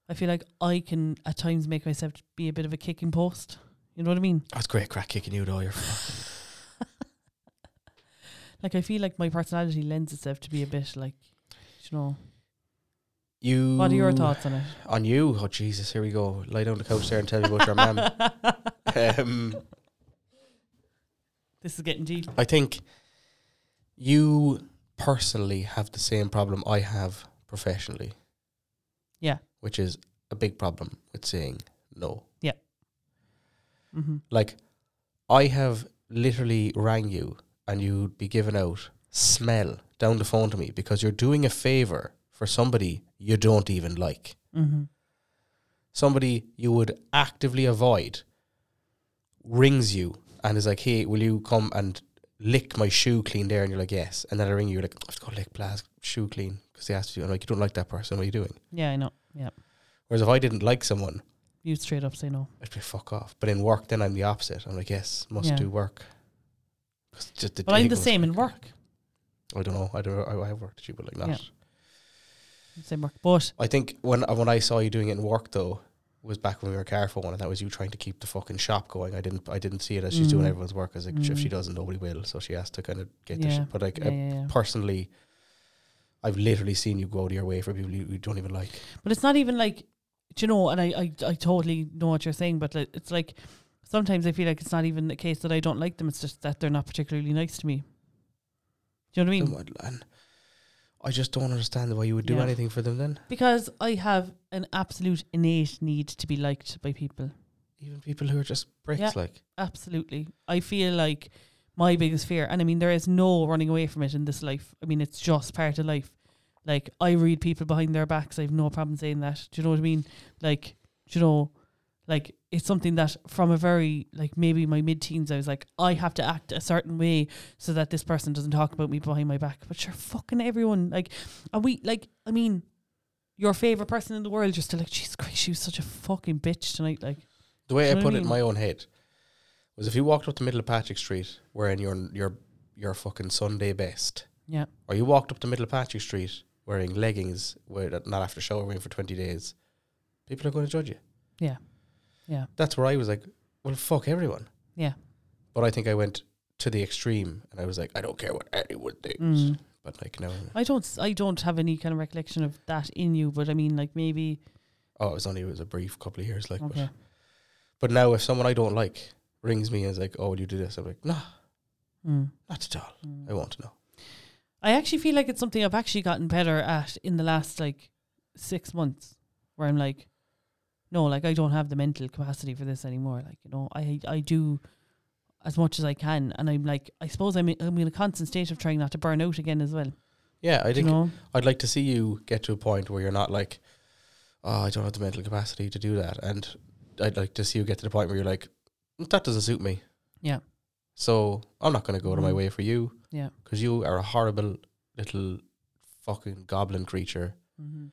I feel like I can at times make myself be a bit of a kicking post. You know what I mean?
That's great crack kicking you, though. You're fucking.
Like I feel like my personality lends itself to be a bit like, you know.
You.
What are your thoughts on it?
On you. Oh, Jesus, here we go. Lie down on the couch there and tell me about your mum. Um,
This is getting deep.
I think you personally have the same problem I have professionally.
Yeah.
Which is a big problem with saying no.
Mm-hmm.
Like, I have literally rang you and you'd be giving out smell down the phone to me because you're doing a favor for somebody you don't even like.
Mm-hmm.
Somebody you would actively avoid rings you and is like, hey, will you come and lick my shoe clean there? And you're like, yes. And then I ring you, you're like, I've got to lick Blaz shoe clean because they asked you. And I'm like, you don't like that person. What are you doing?
Yeah, I know. Yeah,
Whereas if I didn't like someone,
you straight up say no.
I'd be fuck off. But in work, then I'm the opposite. I'm like, yes, must
Yeah.
do work. 'Cause just
But I'm the
giggles.
same in work.
I don't know. I don't. I, I worked at you, but like that.
Yeah. Same work, but
I think when uh, when I saw you doing it in work though, was back when we were careful one, and that was you trying to keep the fucking shop going. I didn't. I didn't see it as she's doing
Mm.
everyone's work. As like, if
Mm.
she doesn't, nobody will. So she has to kind of get the
Yeah.
shit. But like
yeah,
uh, I,
yeah, yeah.
personally, I've literally seen you go out of your way for people you, you don't even like.
But it's not even like, do you know? And I, I, I totally know what you're saying, but like, it's like sometimes I feel like it's not even the case that I don't like them. It's just that they're not particularly nice to me. Do you know what I mean?
And I just don't understand why you would do
Yeah.
anything for them then.
Because I have an absolute innate need to be liked by people.
Even people who are just bricks,
Yeah.
like.
Absolutely. I feel like my biggest fear, and I mean, there is no running away from it in this life. I mean, it's just part of life. Like, I read people behind their backs. I have no problem saying that. Do you know what I mean? Like, do you know, like, it's something that from a very, like, maybe my mid teens, I was like, I have to act a certain way so that this person doesn't talk about me behind my back. But sure, fucking everyone. Like, and we, like, I mean, your favorite person in the world, just to like, Jesus Christ, she was such a fucking bitch tonight. Like,
The way
Do
I
you know
put
what
it
I
in
mean?
my own head was if you walked up the middle of Patrick Street wearing your your your fucking Sunday best,
yeah,
or you walked up the middle of Patrick Street wearing leggings, where that- not after showering for twenty days, people are going to judge you.
Yeah. Yeah.
That's where I was like, well, fuck everyone.
Yeah.
But I think I went to the extreme, and I was like, I don't care what anyone thinks.
Mm.
But like no,
I don't s- I don't have any kind of recollection of that in you, but I mean like maybe
oh, it was only it was a brief couple of years, like.
okay.
But, but now if someone I don't like rings me and is like, oh, will you do this? I'm like, nah,
Mm,
not at all.
mm.
I want to know.
I actually feel like it's something I've actually gotten better at in the last like six months where I'm like no, like I don't have the mental capacity for this anymore. Like, you know, I I do as much as I can and I'm like I suppose I'm in, I'm in a constant state of trying not to burn out again as well.
Yeah, I
do
think
you know?
I'd like to see you get to a point where you're not like, oh, I don't have the mental capacity to do that. And I'd like to see you get to the point where you're like, "Mm, that doesn't suit me.
Yeah.
So I'm not going to go to my
Mhm.
way for you.
Yeah.
Because you are a horrible little fucking goblin creature
Mm-hmm.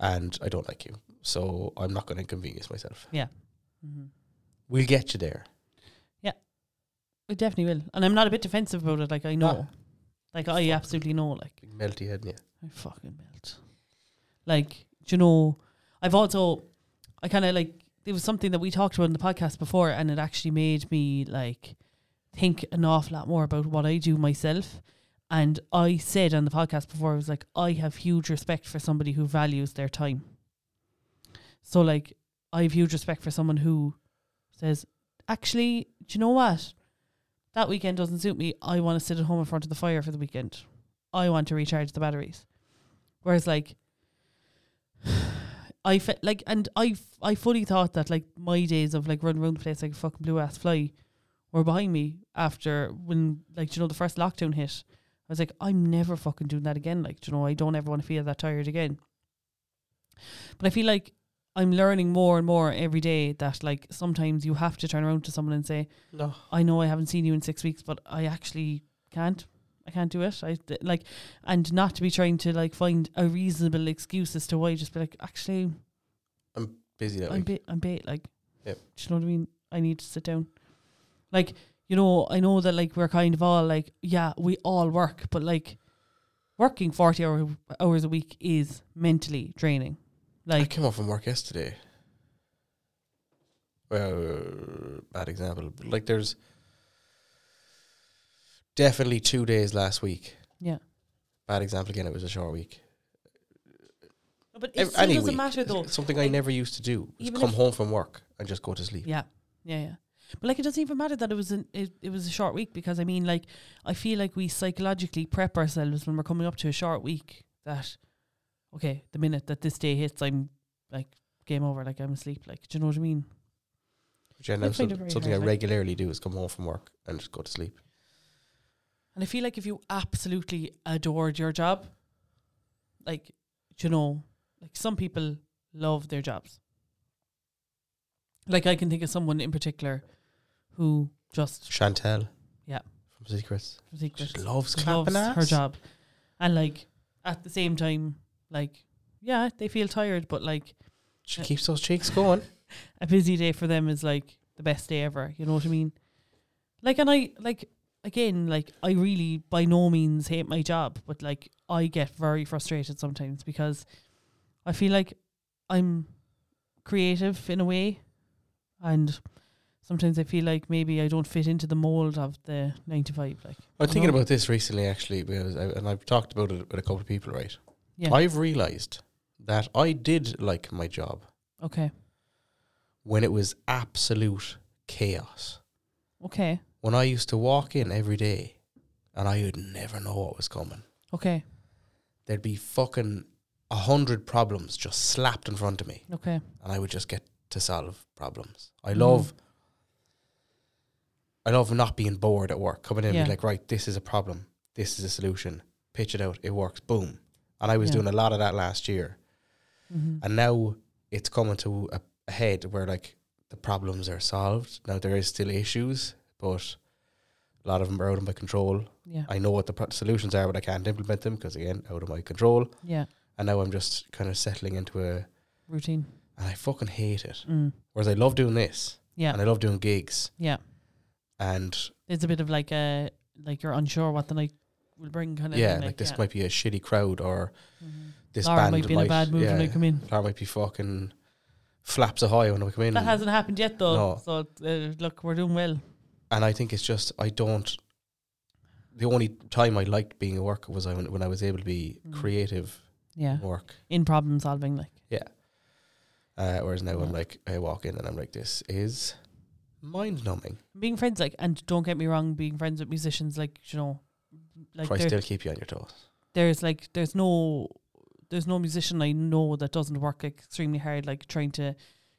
and I don't like you. So I'm not going to inconvenience myself.
Mm-hmm.
We'll get you there.
I definitely will. And I'm not a bit defensive about it, like I know. Like I absolutely know like
Big melty head, yeah.
I fucking melt. Like, do you know, I've also, I kind of like, it was something that we talked about in the podcast before, and it actually made me like think an awful lot more about what I do myself. And I said on the podcast before, I was like, I have huge respect for somebody who values their time. So, like, I have huge respect for someone who says, actually, do you know what? That weekend doesn't suit me. I want to sit at home in front of the fire for the weekend. I want to recharge the batteries. Whereas like I felt like and I f- I fully thought that like my days of like running around the place like a fucking blue ass fly were behind me after when like you know the first lockdown hit. I was like, I'm never fucking doing that again. Like, do you know, I don't ever want to feel that tired again. But I feel like I'm learning more and more every day that like sometimes you have to turn around to someone and say,
No.
I know I haven't seen you in six weeks, but I actually can't. I can't do it. I th- like, and not to be trying to like find a reasonable excuse as to why. Just be like, actually,
I'm busy that
I'm
week.
bait. I'm bait. Like,
Yep.
do you know what I mean? I need to sit down. Like, you know, I know that like we're kind of all like, yeah, we all work, but like, working forty hour, hours a week is mentally draining.
I
Like,
came off from work yesterday. Well, bad example. But like, there's definitely two days last week.
Yeah.
Bad example again. It was a short week.
but it
Ev-
still
any
doesn't
week.
matter though.
It's Something I never used to do. was
even
come
if-
home from work and just go to sleep.
Yeah, yeah, yeah. But like, it doesn't even matter that it was an, it, it was a short week because I mean, like, I feel like we psychologically prep ourselves when we're coming up to a short week. That okay, the minute that this day hits, I'm like game over, like I'm asleep. Like, do you know what I mean?
Which I
I
now
find
some-
it very
something I
hard, like-
regularly do is come home from work and just go to sleep.
And I feel like if you absolutely adored your job, like, do you know, like some people love their jobs. Like I can think of someone in particular who just
Chantel.
Yeah.
From Secrets.
secrets.
Just
loves
loves clapping ass.
her job, and like at the same time, like yeah, they feel tired, but like
She keeps those cheeks going.
a busy day for them is like the best day ever. You know what I mean? Like, and I like again, like I really by no means hate my job, but like I get very frustrated sometimes because I feel like I'm creative in a way, and sometimes I feel like maybe I don't fit into the mold of the nine to five. Like,
I'm thinking
know?
about this recently, actually, because I, and I've talked about it with a couple of people, right?
Yeah.
I've realized that I did like my job
okay,
when it was absolute chaos.
okay,
When I used to walk in every day, and I would never know what was coming.
okay,
There'd be fucking a hundred problems just slapped in front of me,
okay.
and I would just get to solve problems. I
Mm.
love. I love not being bored at work. Coming in and
Yeah.
being like, right, this is a problem. This is a solution. Pitch it out. It works. Boom. And I was
Yeah.
doing a lot of that last year.
Mm-hmm.
and now it's coming to a, a head where like the problems are solved. Now there is still issues, but a lot of them are out of my control.
Yeah,
I know what the pro- solutions are, but I can't implement them because again, out of my control.
yeah,
And now I'm just kind of settling into a,
routine.
and I fucking hate it.
Mm.
Whereas I love doing this,
Yeah,
and I love doing gigs,
yeah.
and
It's a bit of like a like you're unsure what the night will bring kind of
yeah,
thing.
like this
yeah.
might be a shitty crowd or
Mhm.
this
Laura
band
might be in a bad mood when I come in.
Laura might be fucking flaps a high when I come in.
That hasn't happened yet though.
No.
So uh, look, we're doing well.
and I think it's just I don't. The only time I liked being a worker was I when, when I was able to be
Mm.
creative
Yeah,
work.
in problem solving, like
Uh, whereas now
Yeah.
I'm like I walk in and I'm like this is mind numbing.
being friends, like and don't get me wrong, being friends with musicians, like you know, like
Try
there-
still keep you on your toes.
there's like there's no there's no musician I know that doesn't work extremely hard, like trying to,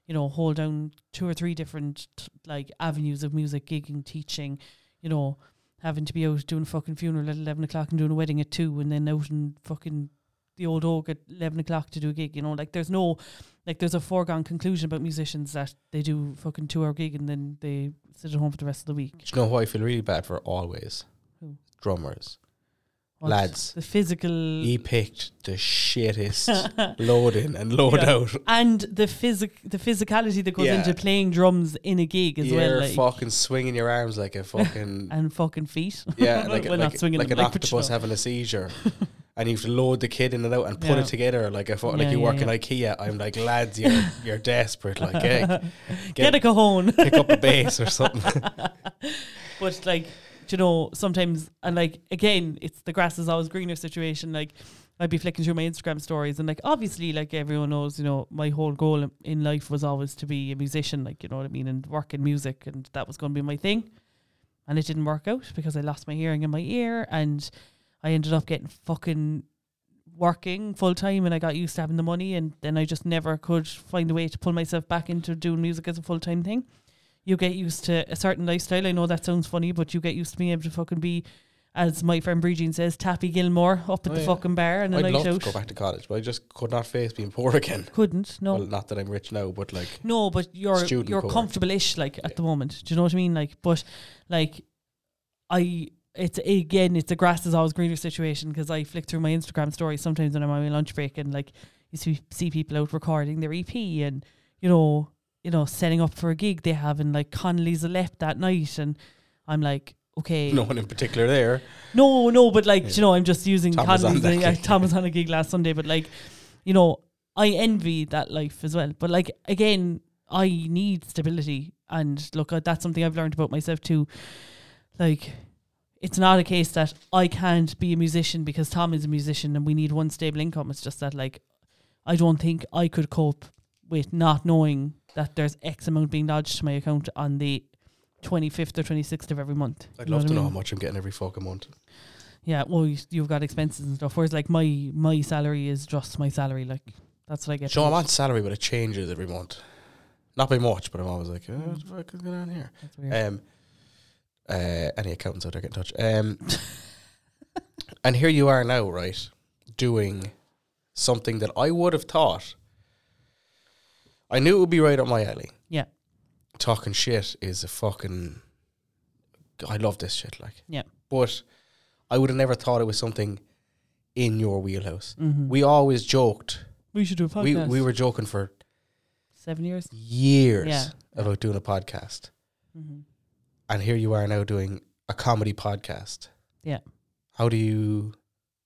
you know, hold down two or three different t- like avenues of music, gigging, teaching, you know, having to be out doing a fucking funeral at eleven o'clock and doing a wedding at two, and then out in fucking the old oak at eleven o'clock to do a gig. You know, like there's no like there's a foregone conclusion about musicians that they do fucking two hour gig and then they sit at home for the rest of the week.
Do you know who I feel really bad for always?
Who?
Drummers.
What?
Lads.
the physical
He picked the shittest load in and load
Yeah.
out.
and the physic the physicality that goes
Yeah.
into playing drums in a gig as
You're
well, like,
fucking swinging your arms like a fucking
and fucking feet.
yeah, like,
Well,
like,
not swinging
like
them,
an
like, but you
octopus
know.
having a seizure. And you have to load the kid in and out and put
Yeah.
it together like if like
Yeah,
you
yeah,
work
yeah.
in IKEA. I'm like, lads, you're you're desperate. Like, hey,
Get, a cajon,
pick up a bass or something.
but like you know, sometimes and like again, it's the grass is always greener situation. Like I'd be flicking through my Instagram stories, and like obviously, like everyone knows, you know, my whole goal in life was always to be a musician. Like you know what I mean, and work in music, and that was going to be my thing. And it didn't work out because I lost my hearing in my ear, and I ended up getting fucking working full time and I got used to having the money and then I just never could find a way to pull myself back into doing music as a full time thing. You get used to a certain lifestyle. I know that sounds funny, but you get used to being able to fucking be, as my friend Bree Jean says, Tappy Gilmore up at
Oh,
the
yeah.
fucking bar and a
I'd
night
love to
out.
go back to college, but I just could not face being poor again.
Couldn't, no.
Well, not that I'm rich now, but like
No, but you're
Student
you're
cover.
comfortable ish like at
Yeah.
the moment. Do you know what I mean? Like but like I it's again, it's a grass is always greener situation because I flick through my Instagram stories sometimes when I'm on my lunch break and like you see, see people out recording their EP and you know, you know, setting up for a gig they have and like Connolly's left that night and I'm like, okay,
No one in particular there.
no, no, but like, you know, I'm just using
Tom was on
Connolly's.
that
thing. Yeah,
gig.
Tom was on a gig last Sunday, but like, you know, I envy that life as well. But like, again, I need stability. And look, uh, that's something I've learned about myself too. Like, it's not a case that I can't be a musician because Tom is a musician and we need one stable income. It's just that, like, I don't think I could cope with not knowing that there's X amount being lodged to my account on the 25th or 26th of every month.
I'd
You know
love
what I
to know
mean?
how much I'm getting every fucking month.
Yeah, well, you, you've got expenses and stuff. Whereas, like my my salary is just my salary. Like that's what I get.
So
paid.
I'm on salary, but it changes every month. Not by much, but I'm always like, oh, what the fuck is going on here?
That's weird.
Um, uh, any accountants out there, get in touch. Um, and here you are now, right, doing something that I would have thought I knew it would be right up my alley.
Yeah.
Talking shit is a fucking. I love this shit, like.
Yeah.
But I would have never thought it was something in your wheelhouse. We always joked.
mm-hmm. we should do a podcast.
We, we were joking for
seven years.
years
Yeah.
about doing a podcast.
hmm
And here you are now doing a comedy podcast.
Yeah.
How do you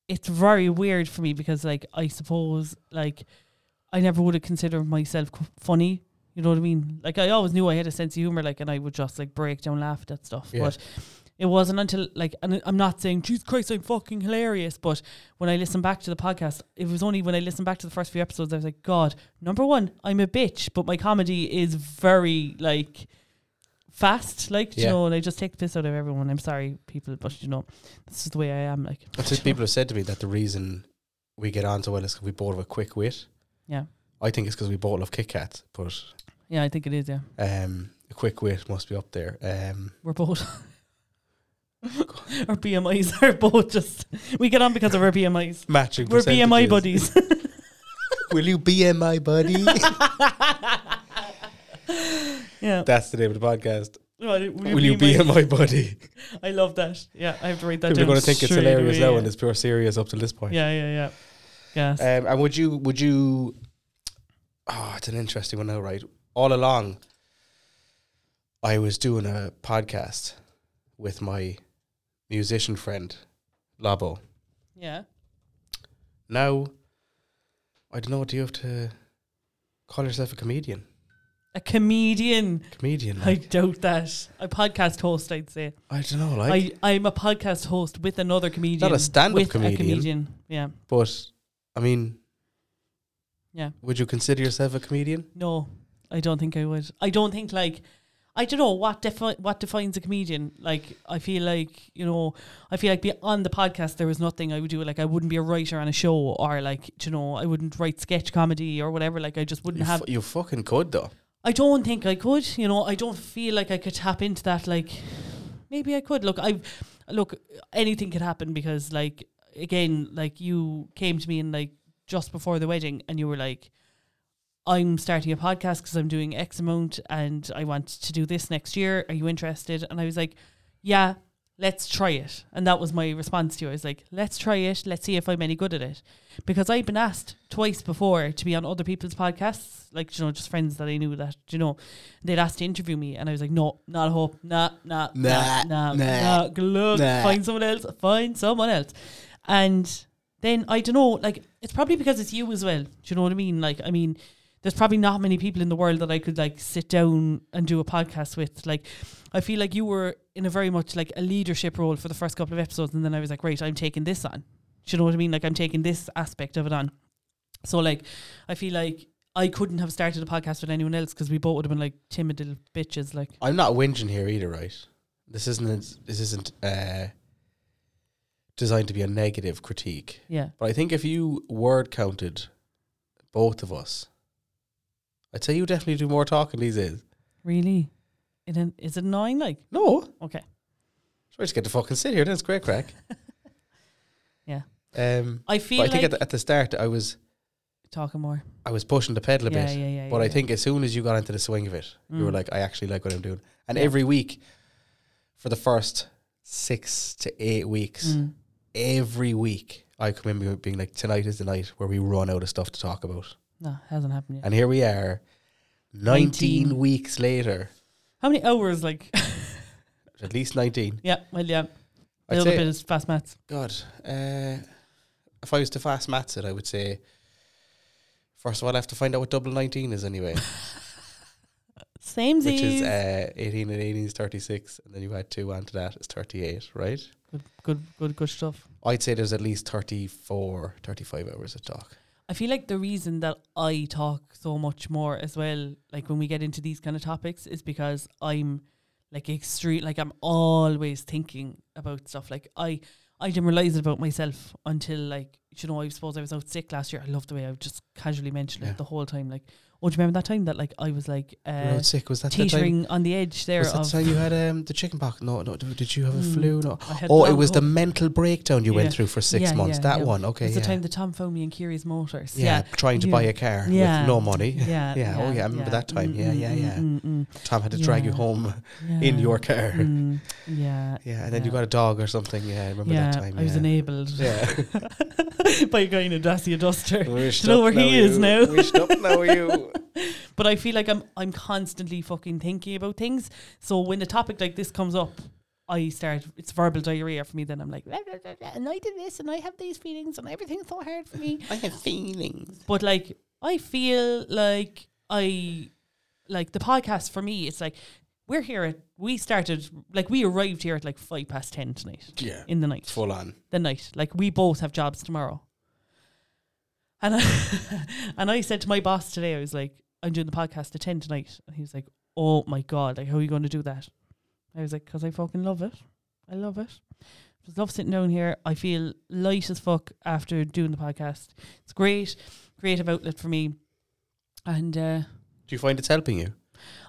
It's very weird for me because, like, I suppose, like, I never would have considered myself c- funny. You know what I mean? Like, I always knew I had a sense of humor, like, and I would just like break down, laugh at that stuff.
Yeah.
But it wasn't until like, and I'm not saying, Jesus Christ, I'm fucking hilarious. But when I listened back to the podcast, it was only when I listened back to the first few episodes, I was like, God, number one, I'm a bitch, but my comedy is very like fast, like do
Yeah.
you know, and I just take the piss out of everyone. I'm sorry, people, but you know, this is the way I am. Like,
That's what people have said to me that the reason we get on so well is 'cause we both have a quick wit.
Yeah.
I think it's because we both love Kit Kat, but
yeah, I think it is. Yeah,
um, a quick wit must be up there. Um,
we're both. our BMIs are both just we get on because of our BMIs.
matching
We're BMI
percentages.
buddies.
Will you BMI buddy?
yeah.
That's the name of the podcast.
Well, will
Will you BMI buddy?
I love that. Yeah, I have to write that
People are
down.
going to think it's
straight
hilarious
away,
now,
yeah.
and it's pure serious up to this point.
Yeah, yeah, yeah. Yes.
Um, and would you would you? Oh, it's an interesting one now, right? All along, I was doing a podcast with my musician friend, Labo.
yeah.
Now, I don't know. Do you have to call yourself a comedian?
A comedian.
Comedian?
I
Like,
doubt that. A podcast host, I'd say.
I don't know. Like,
I, I'm a podcast host with another comedian.
stand-up
with
comedian.
A comedian. Yeah.
but I mean,
Yeah.
Would you consider yourself a comedian?
No, I don't think I would. I don't think like I don't know what defi- what defines a comedian. Like I feel like you know, I feel like be on the podcast there was nothing I would do. Like I wouldn't be a writer on a show, or like you know, I wouldn't write sketch comedy or whatever. Like I just wouldn't
You,
have.
fu- you fucking could though.
I don't think I could. You know, I don't feel like I could tap into that. Like, maybe I could. Look, I look anything could happen because, like, again, like you came to me and like just before the wedding, and you were like, "I'm starting a podcast because I'm doing X amount, and I want to do this next year. Are you interested?" And I was like, "Yeah." Let's try it. And that was my response to you. I was like, let's try it. Let's see if I'm any good at it because I've been asked twice before to be on other people's podcasts, like you know, just friends that I knew that you know, they'd asked to interview me, and I was like, no, not a hope, nah, nah, nah, nah, nah, nah. Good luck,
nah.
find someone else, find someone else, and then I don't know, like it's probably because it's you as well. Do you know what I mean? Like, I mean, there's probably not many people in the world that I could like sit down and do a podcast with. Like, I feel like you were in a very much like a leadership role for the first couple of episodes, and then I was like, right, I'm taking this on. Do you know what I mean? Like I'm taking this aspect of it on. So like, I feel like I couldn't have started a podcast with anyone else because we both would have been like timid little bitches. Like
I'm not whinging here either, right? This isn't this isn't uh, designed to be a negative critique,
yeah,
but I think if you word counted both of us, I'd say you definitely do more talking these days.
really. It an- is it annoying? Like
No,
okay,
so I just get to fucking sit here. That's great crack.
Yeah.
Um,
I
but
feel
I think
like
at, the, at the start I was
talking more.
I was pushing the pedal a
yeah,
bit,
yeah, yeah.
but
yeah,
I think as soon as you got into the swing of it, you were
Mm.
like, I actually like what I'm doing. And
Yeah.
every week, for the first six to eight weeks,
Mm.
every week I come in with being like, tonight is the night where we run out of stuff to talk about.
No, hasn't happened yet.
And here we are, 19,
19.
weeks later,
How many hours? Like,
at least 19.
yeah, well, yeah.
I'd
A little
say-
bit is fast maths.
God, uh, if I was to fast maths it, I would say, first of all, I have to find out what double 19 is anyway,
Same
which is uh, 18 and 18 is 36. And then you add two onto that, it's 38, right?
good, good, good, good stuff.
I'd say there's at least 34, 35 hours of talk.
I feel like the reason that I talk so much more as well, like when we get into these kind of topics, is because I'm like extreme. Like I'm always thinking about stuff. Like I, I didn't realize it about myself until like you know I suppose I was out sick last year. I love the way I just casually mentioned
Yeah.
it the whole time. Like, oh, do you remember that time that like I was like
You
uh,
know, sick. Was that the time?
teetering on the edge there
Was that
of
the time you had um, the chicken pox? No, no. d- Did you have a
Mm.
flu? No.
I had
Oh, it
long
was the
COVID.
mental breakdown you
Yeah.
went through for six
Yeah,
months.
yeah,
that
yeah.
one. Okay.
It's
Yeah.
the time that Tom phoned me in Curie's Motors.
yeah. Trying to
You-
buy a car
Yeah.
with no money.
Yeah.
Yeah, oh yeah, I remember that time. Yeah, yeah, yeah.
mm, mm,
Tom had to drag you
Yeah.
home
yeah.
in your car.
Mm, yeah.
Yeah, and then you
Yeah.
got a dog or something. Yeah, I remember
yeah,
that time.
I was
yeah.
enabled
Yeah.
by a guy in a Dacia Duster.
Wished
know
up
where he is
you.
now.
Wished up now you.
But I feel like I'm I'm constantly fucking thinking about things. So when a topic like this comes up, I start it's verbal diarrhea for me. Then I'm like, "Blah, blah, blah, blah, and I did this, and I have these feelings, and everything's so hard for me.
I have feelings.
But like, I feel like I like the podcast for me. It's like we're here at we started like we arrived here at like five past ten tonight
Yeah.
in the night.
Full on.
the night. Like we both have jobs tomorrow. And I and I said to my boss today, I was like, I'm doing the podcast at ten tonight. And he was like, Oh my god, like how are you going to do that? I was like, because I fucking love it. I love it. Just love sitting down here. I feel light as fuck after doing the podcast. It's great, creative outlet for me. And uh,
Do you find it's helping you?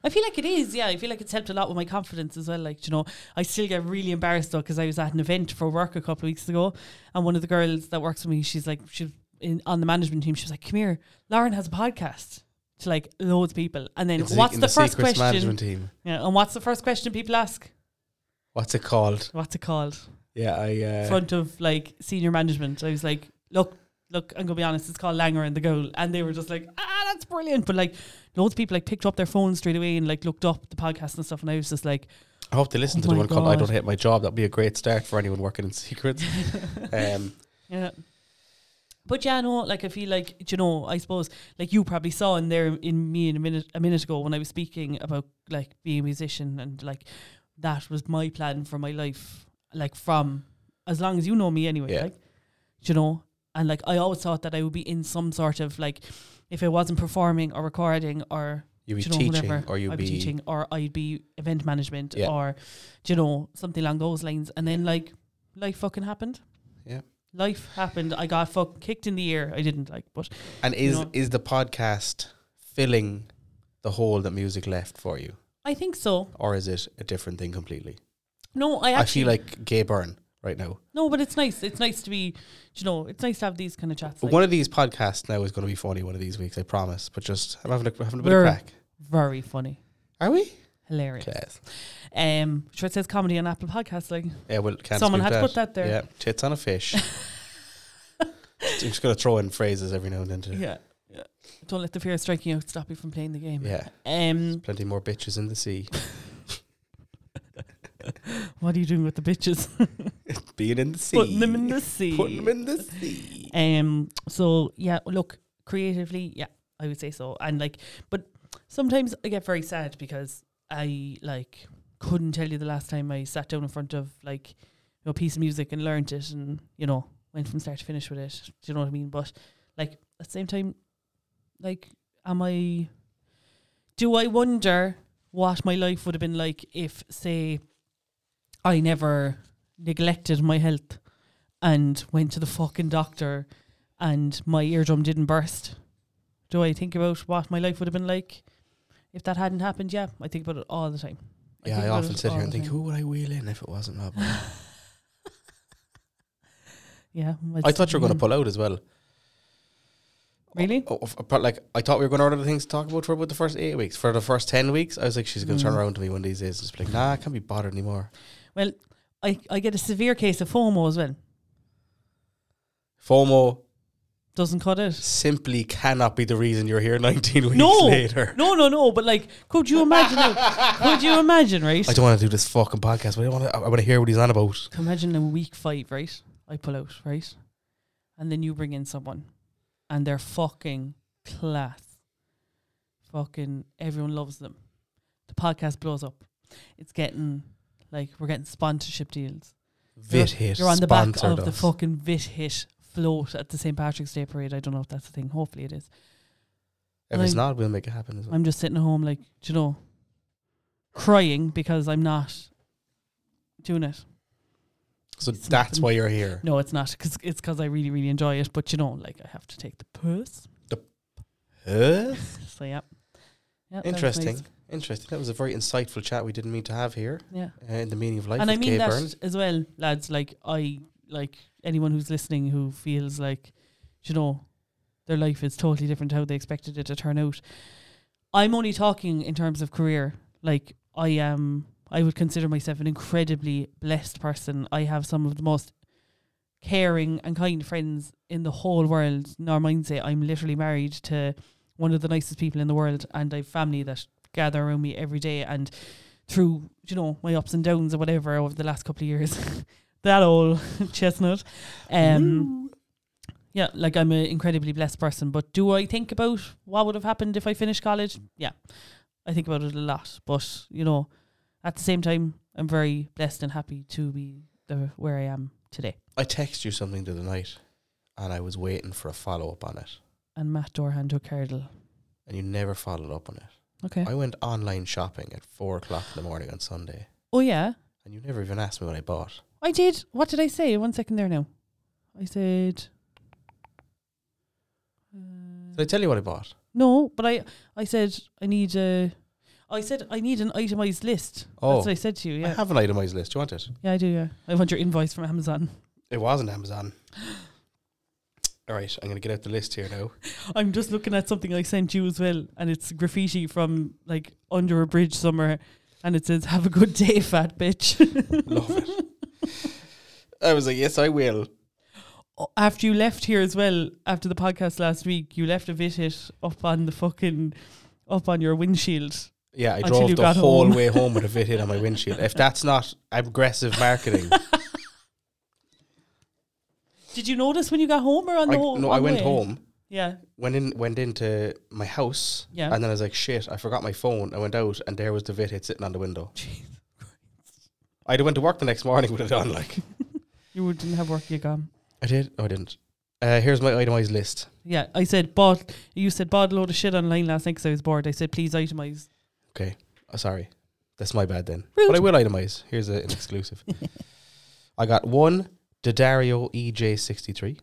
I feel like it is, yeah. I feel like it's helped a lot with my confidence as well. Like, you know, I still get really embarrassed though because I was at an event for work a couple of weeks ago, and one of the girls that works with me, she's like, she's in, on the management team. She was like, "Come here, Lauren has a podcast." To like loads of people, and then
It's
what's
in
the, first
secrets
question?
management team.
Yeah, and what's the first question people ask?
What's it called?
What's it called?
Yeah, I. Uh,
Front of like senior management. I was like, look, look, I'm gonna be honest. It's called Langer and the Goal, and they were just like, ah, that's brilliant. But like, loads of people like picked up their phones straight away and like looked up the podcast and stuff, and I was just like.
I hope they listen
Oh
to the
my
one called "I
God.
Don't Hate My Job." That'd be a great start for anyone working in secrets. um,
Yeah. But yeah, no, like I feel like do you know, I suppose like you probably saw in there in me in a minute a minute ago when I was speaking about like being a musician and like that was my plan for my life, like from as long as you know me anyway,
Yeah.
like do you know, and like I always thought that I would be in some sort of like if I wasn't performing or recording or
you be
do you know,
teaching,
whatever,
or you
I'd
be,
be, teaching, or I'd be event management,
Yeah.
or do you know something along those lines. And then like life fucking happened.
Yeah.
life happened. I got fucking kicked in the ear. I didn't like, but
And is
know.
is the podcast filling the hole that music left for you,
I think so.
or is it a different thing completely?
No, I
I
actually
feel like Gay Byrne right now.
no, but it's nice. It's nice to be, do you know, it's nice to have these kind of chats. Like,
one of these podcasts now is going to be funny one of these weeks, I promise. But just I'm having a, having a bit
We're-
of crack.
very funny,
Are we?
hilarious.
Yes.
Um, sure, it says comedy on Apple Podcasts. Like,
Yeah. Well, can't
Someone
scoop
had to put that there.
Yeah. Tits on a fish. I'm just going to throw in phrases every now and then. To,
yeah. yeah. Don't let the fear of striking out stop you from playing the game.
yeah.
Um,
Plenty more bitches in the sea.
what are you doing with the bitches?
Being in the sea.
Putting them in the sea.
Putting them in the sea.
Um. So yeah, look, creatively, yeah, I would say so. And like, but sometimes I get very sad because I like couldn't tell you the last time I sat down in front of like you know, a piece of music and learnt it, and you know went from start to finish with it. Do you know what I mean? But like at the same time, like, am I? Do I wonder what my life would have been like if, say, I never neglected my health and went to the fucking doctor and my eardrum didn't burst. Do I think about what my life would have been like if that hadn't happened? Yeah, I think about it all the time.
Yeah,
think
I,
about
often
it
sit
all
here and
the
think,
time.
who would I wheel in if it wasn't Rob?
Yeah, mm.
I thought you were going to pull out as well.
Really?
Oh, of- apart- like I thought we were going to order the things to talk about for about the first eight weeks.
Mm.
For the first ten weeks, I was like, she's going to turn around to me one of these days and just be like, nah, I can't be bothered anymore.
Well, I, I get a severe case of FOMO as well.
FOMO
Doesn't cut it.
simply cannot be the reason you're here 19 weeks
No,
later.
no, no, no. But like, could you imagine? how- could you imagine, right?
I don't want to do this fucking podcast, but I want to. I want to hear what he's on about.
Imagine in week five, right? I pull out, right? And then you bring in someone and they're fucking class. Fucking everyone loves them. The podcast blows up. It's getting like we're getting sponsorship deals.
Vit hit.
You're on the back
sponsored
of the
us.
fucking Vit Hit float at the St. Patrick's Day parade. I don't know if that's the thing. Hopefully it is.
If it's
like-
not, we'll make it happen as well.
I'm just sitting at home like, do you know, crying because I'm not doing it.
So
it's
that's
nothing.
why you're here.
No, it's not. Cause it's because I really, really enjoy it. But you know, like I have to take the purse.
Huh?
So yeah, yeah that was
Interesting.
nice.
Interesting. That was a very insightful chat we didn't mean to have here
Yeah,
uh, in the meaning of life.
and I
with
mean
Kay
that
Burns.
as well, lads. Like I, like anyone who's listening who feels like, you know, their life is totally different to how they expected it to turn out. I'm only talking in terms of career. Like I am, I would consider myself an incredibly blessed person. I have some of the most caring and kind friends in the whole world. Nor mind say I'm literally married to one of the nicest people in the world, and I've family that gather around me every day. And through you know my ups and downs or whatever over the last couple of years, that old chestnut. Um, yeah, like I'm an incredibly blessed person. But do I think about what would have happened if I finished college? Yeah, I think about it a lot. But you know, at the same time, I'm very blessed and happy to be the, where I am today.
I text you something the other night, and I was waiting for a follow up on it,
And Matt Dorhan took Cardle.
and you never followed up on it.
Okay.
I went online shopping at four o'clock in the morning on Sunday,
oh yeah,
and you never even asked me what I bought.
I did. What did I say? One second there now. I said. uh,
Did I tell you what I bought?
No, but I I said I need a. oh, I said I need an itemized list.
Oh.
That's what I said to you.
I
Yeah,
have an itemized list. Do you want it?
yeah, I do. Yeah, I want your invoice from Amazon.
It wasn't Amazon. All right, I'm going to get out the list here now.
I'm just looking at something I sent you as well, and it's graffiti from like under a bridge somewhere, and it says "Have a good day, fat bitch."
Love it. I was like, yes, I will.
Oh, after you left here as well, after the podcast last week, you left a bit hit up on the fucking up on your windshield.
Yeah, I
Until
drove
you
the
got
whole
home.
way home with a fit hit on my windshield. If that's not aggressive marketing,
Did you notice when you got home or on
I,
the whole?
no, I
on the
went
way?
home,
Yeah,
went in, went into my house,
Yeah.
and then I was like, shit, I forgot my phone. I went out, and there was the vid hit sitting on the window. I went to work the next morning with it on. Like,
you didn't have work. You gone.
I did. No, I didn't. Uh, here's my itemized list.
Yeah, I said bought. You said bought a load of shit online last night because I was bored. I said please itemize.
Okay, oh, sorry, that's my bad then.
Rude.
But I will itemize. Here's a, an exclusive. I got one Daddario EJ63.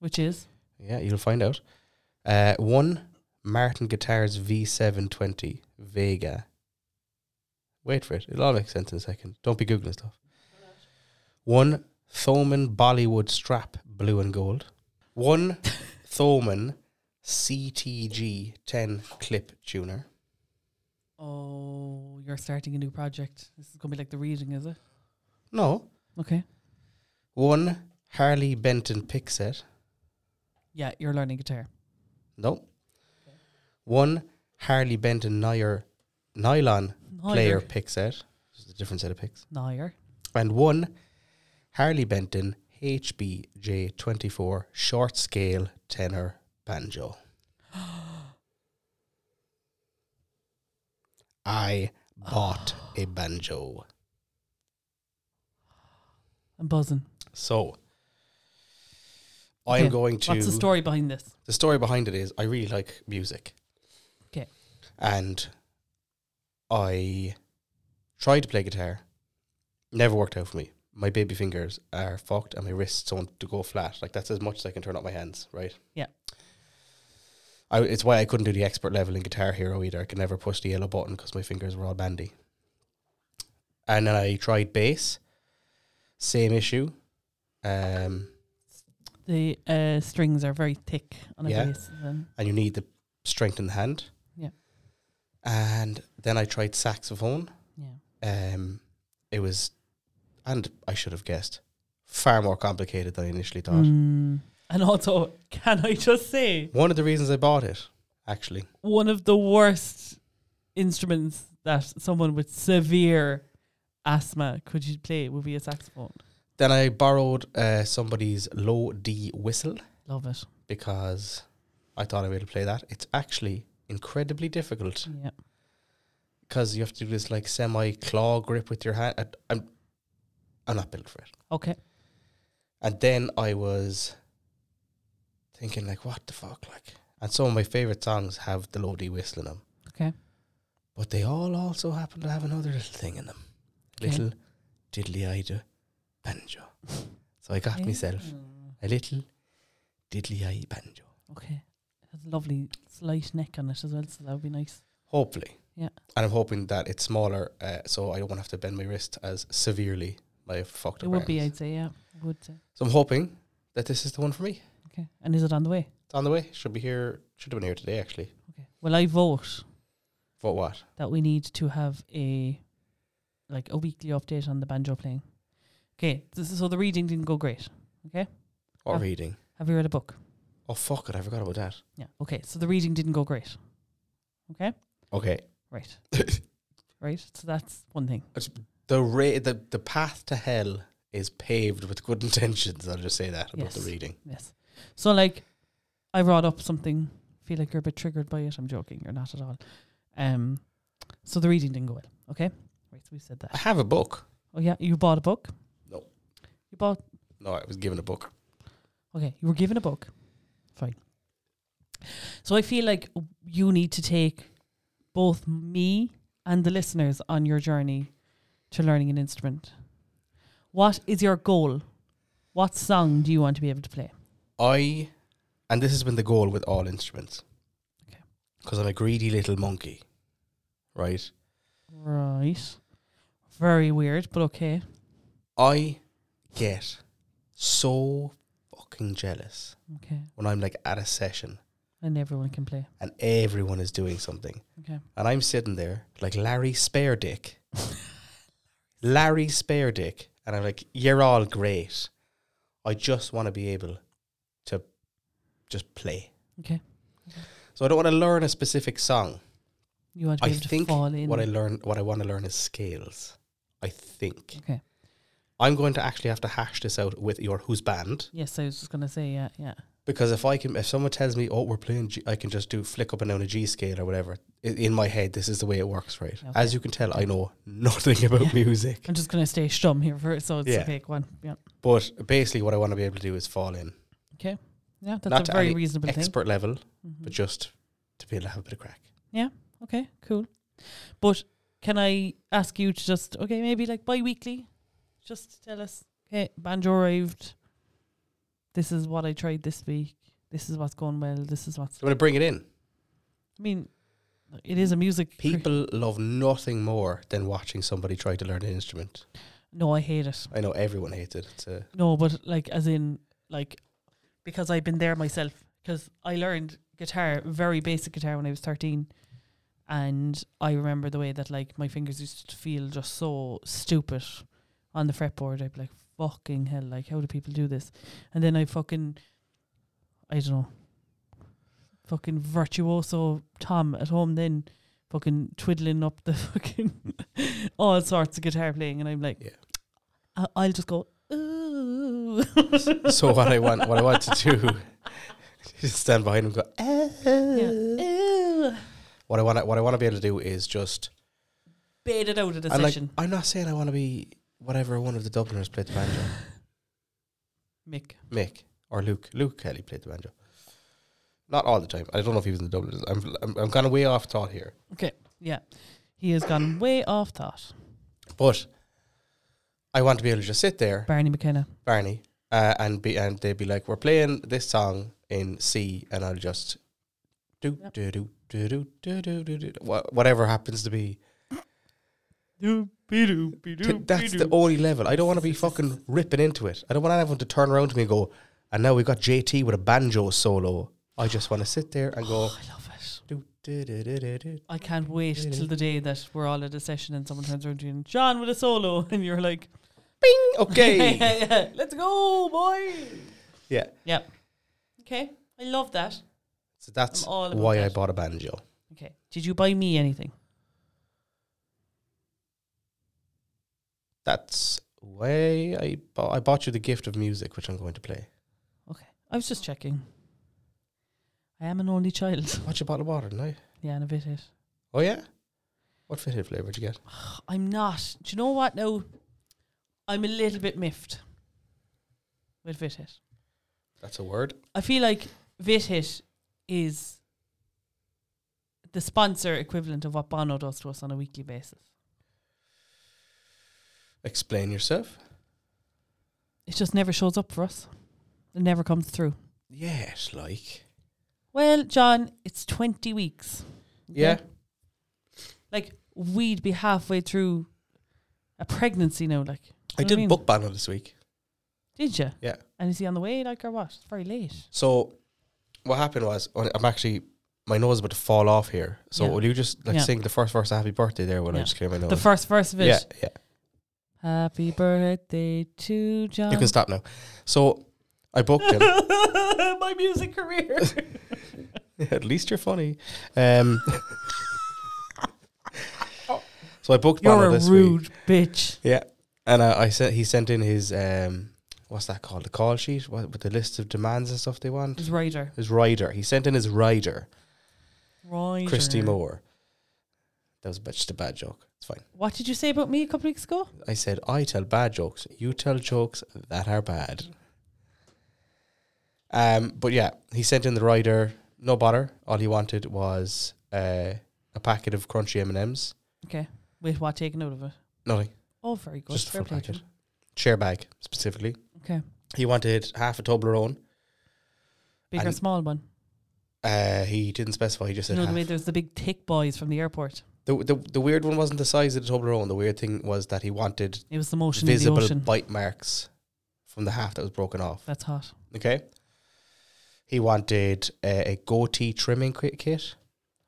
Which is
Yeah, you'll find out. Uh, one Martin Guitars V720 Vega. Wait for it. It'll all make sense in a second. Don't be googling stuff. One Thoman Bollywood Strap Blue and Gold. One Thoman CTG 10 Clip Tuner.
oh, you're starting a new project. This is gonna be like the reading, is it?
No.
Okay.
One Harley Benton pick set.
Yeah, you're learning guitar.
No. One Harley Benton Nyer, nylon player pick set. This is a different set of picks.
Nair.
and one Harley Benton HBJ24 short scale tenor banjo. I bought a banjo.
I'm buzzing.
So I am
Okay,
going to
What's the story behind this?
the story behind it is I really like music.
Okay.
And I tried to play guitar, never worked out for me. My baby fingers are fucked and my wrists want to go flat. Like that's as much as I can turn up my hands, right?
Yeah.
I, it's why I couldn't do the expert level in Guitar Hero either. I could never push the yellow button because my fingers were all bandy. And then I tried bass, same issue. Um,
The uh, strings are very thick on a
Yeah.
bass. Then.
and you need the strength in the hand.
Yeah.
And then I tried saxophone.
Yeah.
Um, it was and I should have guessed, far more complicated than I initially thought.
Mm. And also, can I just say,
One of the reasons I bought it, actually,
one of the worst instruments that someone with severe asthma could you play would be a saxophone.
then I borrowed uh, somebody's low D whistle
Love it.
because I thought I'd be able to play that. It's actually incredibly difficult
Yeah.
because you have to do this like semi claw grip with your hand. I, I'm, I'm not built for it.
Okay.
And then I was thinking, like, what the fuck? Like, and some of my favorite songs have the low D whistle in them.
Okay.
But they all also happen to have another little thing in them
Okay.
little diddly eyed banjo. So I got myself
Mm,
a little diddly eye banjo.
Okay. It has a lovely slight neck on it as well, so that would be nice.
Hopefully.
Yeah.
And I'm hoping that it's smaller uh, so I won't have to bend my wrist as severely. I fucked up.
It would be,
arms.
I'd say, yeah. I would say.
So I'm hoping that this is the one for me.
Okay. And is it on the way?
It's on the way. Should be here. Should have been here today, actually.
Okay. Well, I vote
For what?
that we need to have a like a weekly update on the banjo playing. Okay. This is, so the reading didn't go great.
What
Oh.
reading?
Have you read a book?
Oh fuck it! I forgot about that.
Yeah. Okay. So the reading didn't go great.
Okay.
Right. right. So that's one thing.
The ra- the the path to hell is paved with good intentions. I'll just say that about
Yes.
the reading.
Yes. So like I brought up something, feel like you're a bit triggered by it. I'm joking, you're not at all. Um so the reading didn't go well. Okay? Right, so we said
I
that.
have a book.
Oh yeah, you bought a book?
No.
You bought
No, I was given a book.
okay, you were given a book. Fine. So I feel like you need to take both me and the listeners on your journey to learning an instrument. What is your goal? What song do you want to be able to play?
I, and this has been the goal with all instruments.
Okay.
Because I'm a greedy little monkey, right?
Right. Very weird, but okay.
I get so fucking jealous
Okay.
when I'm like at a session
And everyone can play.
and everyone is doing something.
Okay.
And I'm sitting there like Larry Spare Dick. Larry Spare Dick. And I'm like, you're all great. I just want to be able to just play.
Okay.
So I don't want to learn a specific song.
You want to
I
be able to
think
fall in.
what I learn what I want to learn is scales. I think.
okay.
I'm going to actually have to hash this out with your who's band.
Yes, I was just gonna say yeah, yeah.
Because if I can, if someone tells me, "Oh, we're playing," G, I can just do flick up and down a G scale or whatever. I- In my head, this is the way it works, right? As
Okay.
you can tell, I know nothing about
Yeah.
music,
I'm just gonna stay stum here for it, so it's
Yeah.
okay. Go on. Yeah.
but basically, what I want to be able to do is fall in,
Yeah, that's
Not
a
to
very
any
reasonable thing.
expert level,
Mhm.
but just to be able to have a bit of crack.
Okay, cool. But can I ask you to just okay, maybe like bi weekly? Just tell us, okay, banjo arrived. This is what I tried this week. This is what's going well. This is what's
I'm going to bring it in.
I mean it is a music cre-
People love nothing more than watching somebody try to learn an instrument.
No, I hate it.
I know everyone hates it. It's uh, a,
No, but like as in like because I've been there myself because I learned guitar, very basic guitar when I was 13 and I remember the way that like my fingers used to feel just so stupid on the fretboard. I'd be like fucking hell, like how do people do this? And then I fucking I don't know. Fucking virtuoso Tom at home then fucking twiddling up the fucking all sorts of guitar playing and I'm like
Yeah.
I- I'll just go ooh.
so what I want, what I want to do, is stand behind him, and go.
Yeah.
"Eh."
Ooh.
What I want, what I want to be able to do is just
Bait it out at a
I'm like,
session.
I'm not saying I want to be whatever one of the Dubliners played the banjo,
Mick.
Mick or Luke. Luke Kelly played the banjo. Not all the time. I don't know if he was in the Dubliners. I'm I'm, I'm kind of way off thought here,
Yeah. He has gone way off that.
but I want to be able to just sit there,
Barney McKenna.
Barney, uh, and be and they'd be like, "We're playing this song in C," and I'll just do
Yep.
do do do do do do do do wha- whatever happens to be. Th- That's the only level. I don't want to be fucking ripping into it. I don't want anyone to turn around to me and go, and now we got JT with a banjo solo. I just want to sit there and go.
I love it.
do, do, do, do, do, do.
I can't wait till the day that we're all at a session and someone turns around to you and John with a solo and you're like,
Bing. Okay.
Let's go, boy.
yeah.
Yep. Okay. I love that.
So that's
I'm all about
why I
that.
bought a banjo.
Okay. Did you buy me anything?
That's why I bought, I bought you the gift of music, which I'm going to play.
Okay. I was just checking. I am an only child.
Bought you a bottle of water, didn't I?
yeah, and a bit it.
Oh yeah. What fitted flavor did you get?
I'm not. Do you know what? No, I'm a little bit miffed with Vitit.
That's a word.
I feel like Vitit is the sponsor equivalent of what Bono does to us on a weekly basis.
Explain yourself.
It just never shows up for us. It never comes through.
Yes, like.
Well, John, it's 20 weeks. okay?
Yeah.
Like, we'd be halfway through a pregnancy now. Like,
I
You know what I
did
mean?
book banner this week.
did you?
Yeah.
And is he on the way, like, or what? It's very late.
So what happened was when I'm actually my nose is about to fall off here. So
Yeah.
will you just like
Yeah.
sing the first verse of Happy Birthday there when I
Yeah.
just clear my nose?
The first verse of it.
yeah, yeah.
Happy birthday to John.
You can stop now. So I booked him.
My music career.
At least you're funny. Um, so I booked
You're
Bono
a
this
rude
week.
bitch.
Yeah, and uh, I, I sent he sent in his um, what's that called? The call sheet what, with the list of demands and stuff they want.
It's Ryder.
His rider. He sent in his rider,
Ryder.
Christy Moore. That was a bit- just a bad joke. It's fine.
What did you say about me a couple weeks ago?
I said I tell bad jokes. You tell jokes that are bad. Um, but yeah, he sent in the rider. No bother. All he wanted was uh, a packet of crunchy M and M's.
Okay. Wait, what taken out of it?
Nothing.
Oh, very good.
Just a
Fair
full
play to
packet.
him.
Chair bag specifically.
Okay.
He wanted half a Toblerone.
Big or
And-
small one?
Uh, he didn't specify. He just
You
said
know the
half.
way there's the big thick boys from the airport.
The, the the weird one wasn't the size of the Toblerone. The weird thing was that he wanted
It was the motion in the
visible
ocean.
bite marks from the half that was broken off.
That's hot.
Okay. He wanted uh, a goatee trimming ki- kit.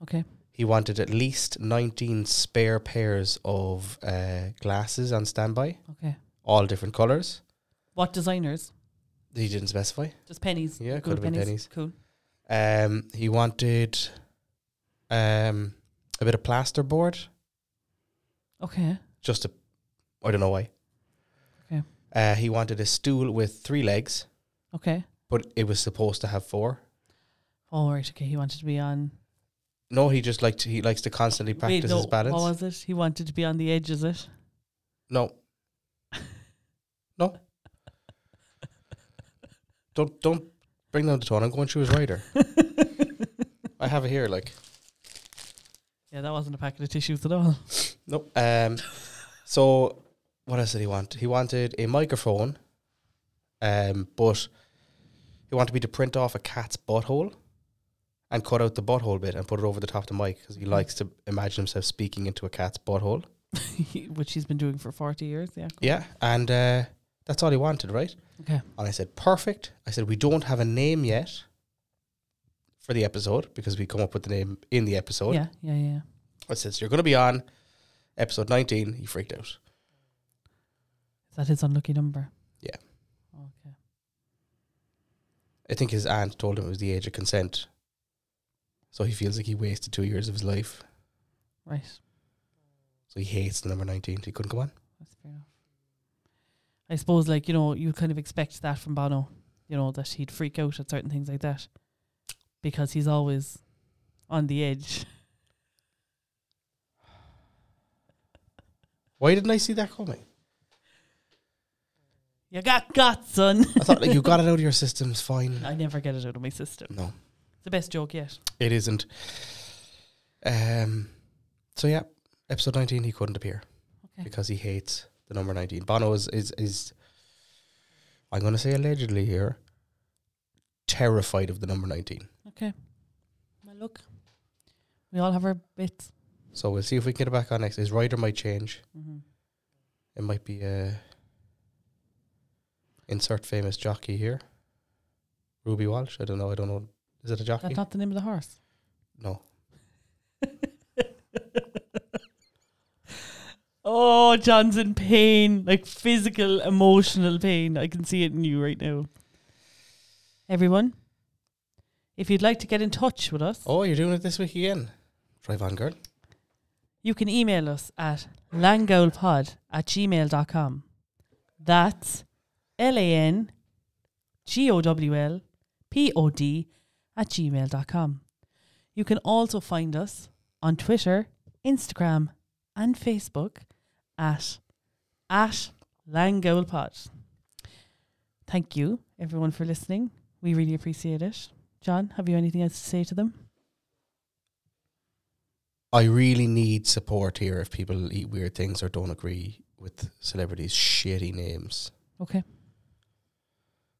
Okay.
He wanted at least 19 spare pairs of uh, glasses on standby,
Okay.
all different colors.
What designers?
He didn't specify.
Just pennies.
Yeah,
Good
could have been pennies.
Cool.
Um, he wanted um, a bit of plasterboard,
Okay.
just a, I don't know why.
Okay.
Uh, he wanted a stool with three legs,
Okay.
but it was supposed to have four.
All right. Okay. He wanted to be on.
No, he just liked he likes to constantly practice
Wait, no,
his balance.
What was it? He wanted to be on the edge, is it?
No. No. don't don't bring down the tone. I'm going through his rider. I have it here. Like
Yeah, that wasn't a packet of tissues at all.
no. Um. So what else did he want? He wanted a microphone. Um. But he wanted me to print off a cat's butthole. And cut out the butthole bit and put it over the top of the mic because he likes to imagine himself speaking into a cat's butthole.
Which he's been doing for 40 years. Yeah.
Yeah, and uh, that's all he wanted, right?
Okay.
And I said, perfect. I said, we don't have a name yet for the episode because we come up with the name in the episode.
Yeah, yeah, yeah.
I said, so you're going to be on episode 19. He freaked out.
Is that his unlucky number?
Yeah.
Okay.
I think his aunt told him it was the age of consent. So he feels like he wasted two years of his life.
Right.
So he hates the number 19. So he couldn't come on.
That's fair enough. I suppose, like, you know, you kind of expect that from Bono, you know, that he'd freak out at certain things like that because he's always on the edge.
Why didn't I see that coming?
You got got, son.
I thought like you got it out of your system. It's fine.
I never get it out of my system.
No,
It's the best joke yet.
it isn't. Um. So yeah, episode 19 he couldn't appear.
Okay.
because he hates the number 19. Bono is, is, is I'm going to say allegedly here, terrified of the number 19.
Well, look, we all have our bits.
So we'll see if we can get it back on next. His rider might change.
Mm-hmm.
It might be uh, insert famous jockey here. Ruby Walsh. I don't know. I don't know. Is it a jockey?
That's not the name of the horse.
no.
Oh, John's in pain, like physical, emotional pain. I can see it in you right now. Everyone, if you'd like to get in touch with us,
Oh, you're doing it this week again. Drive on, girl.
you can email us at langoulpod at gmail.com. That's L A N G O W L P O D at gmail.com. You can also find us on Twitter, Instagram, and Facebook at, at langoulpod. Thank you, everyone, for listening. We really appreciate it. John, have you anything else to say to them?
I really need support here if people eat weird things or don't agree with celebrities' shitty names.
Okay.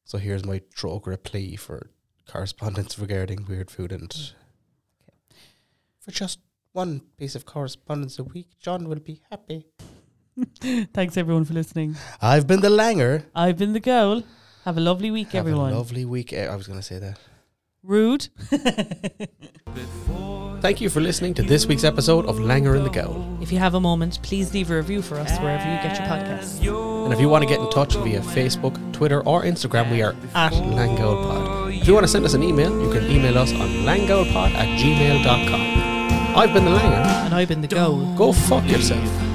So here's my Trogra plea for correspondence regarding weird food and for just one piece of correspondence a week, John will be happy.
Thanks, everyone, for listening.
I've been the Langer.
I've been the girl. Have a lovely week,
Have
everyone.
a lovely week. Eh, I was going to say that.
Rude.
Thank you for listening to this week's episode of Langer and the Gown.
If you have a moment, please leave a review for us wherever you get your podcasts.
And if you want to get in touch via Facebook, Twitter, or Instagram, we are at LangoldPod. If you want to send us an email, you can email us on langoldpod at gmail.com. I've been the Langer.
And I've been the goal.
Go fuck yourself.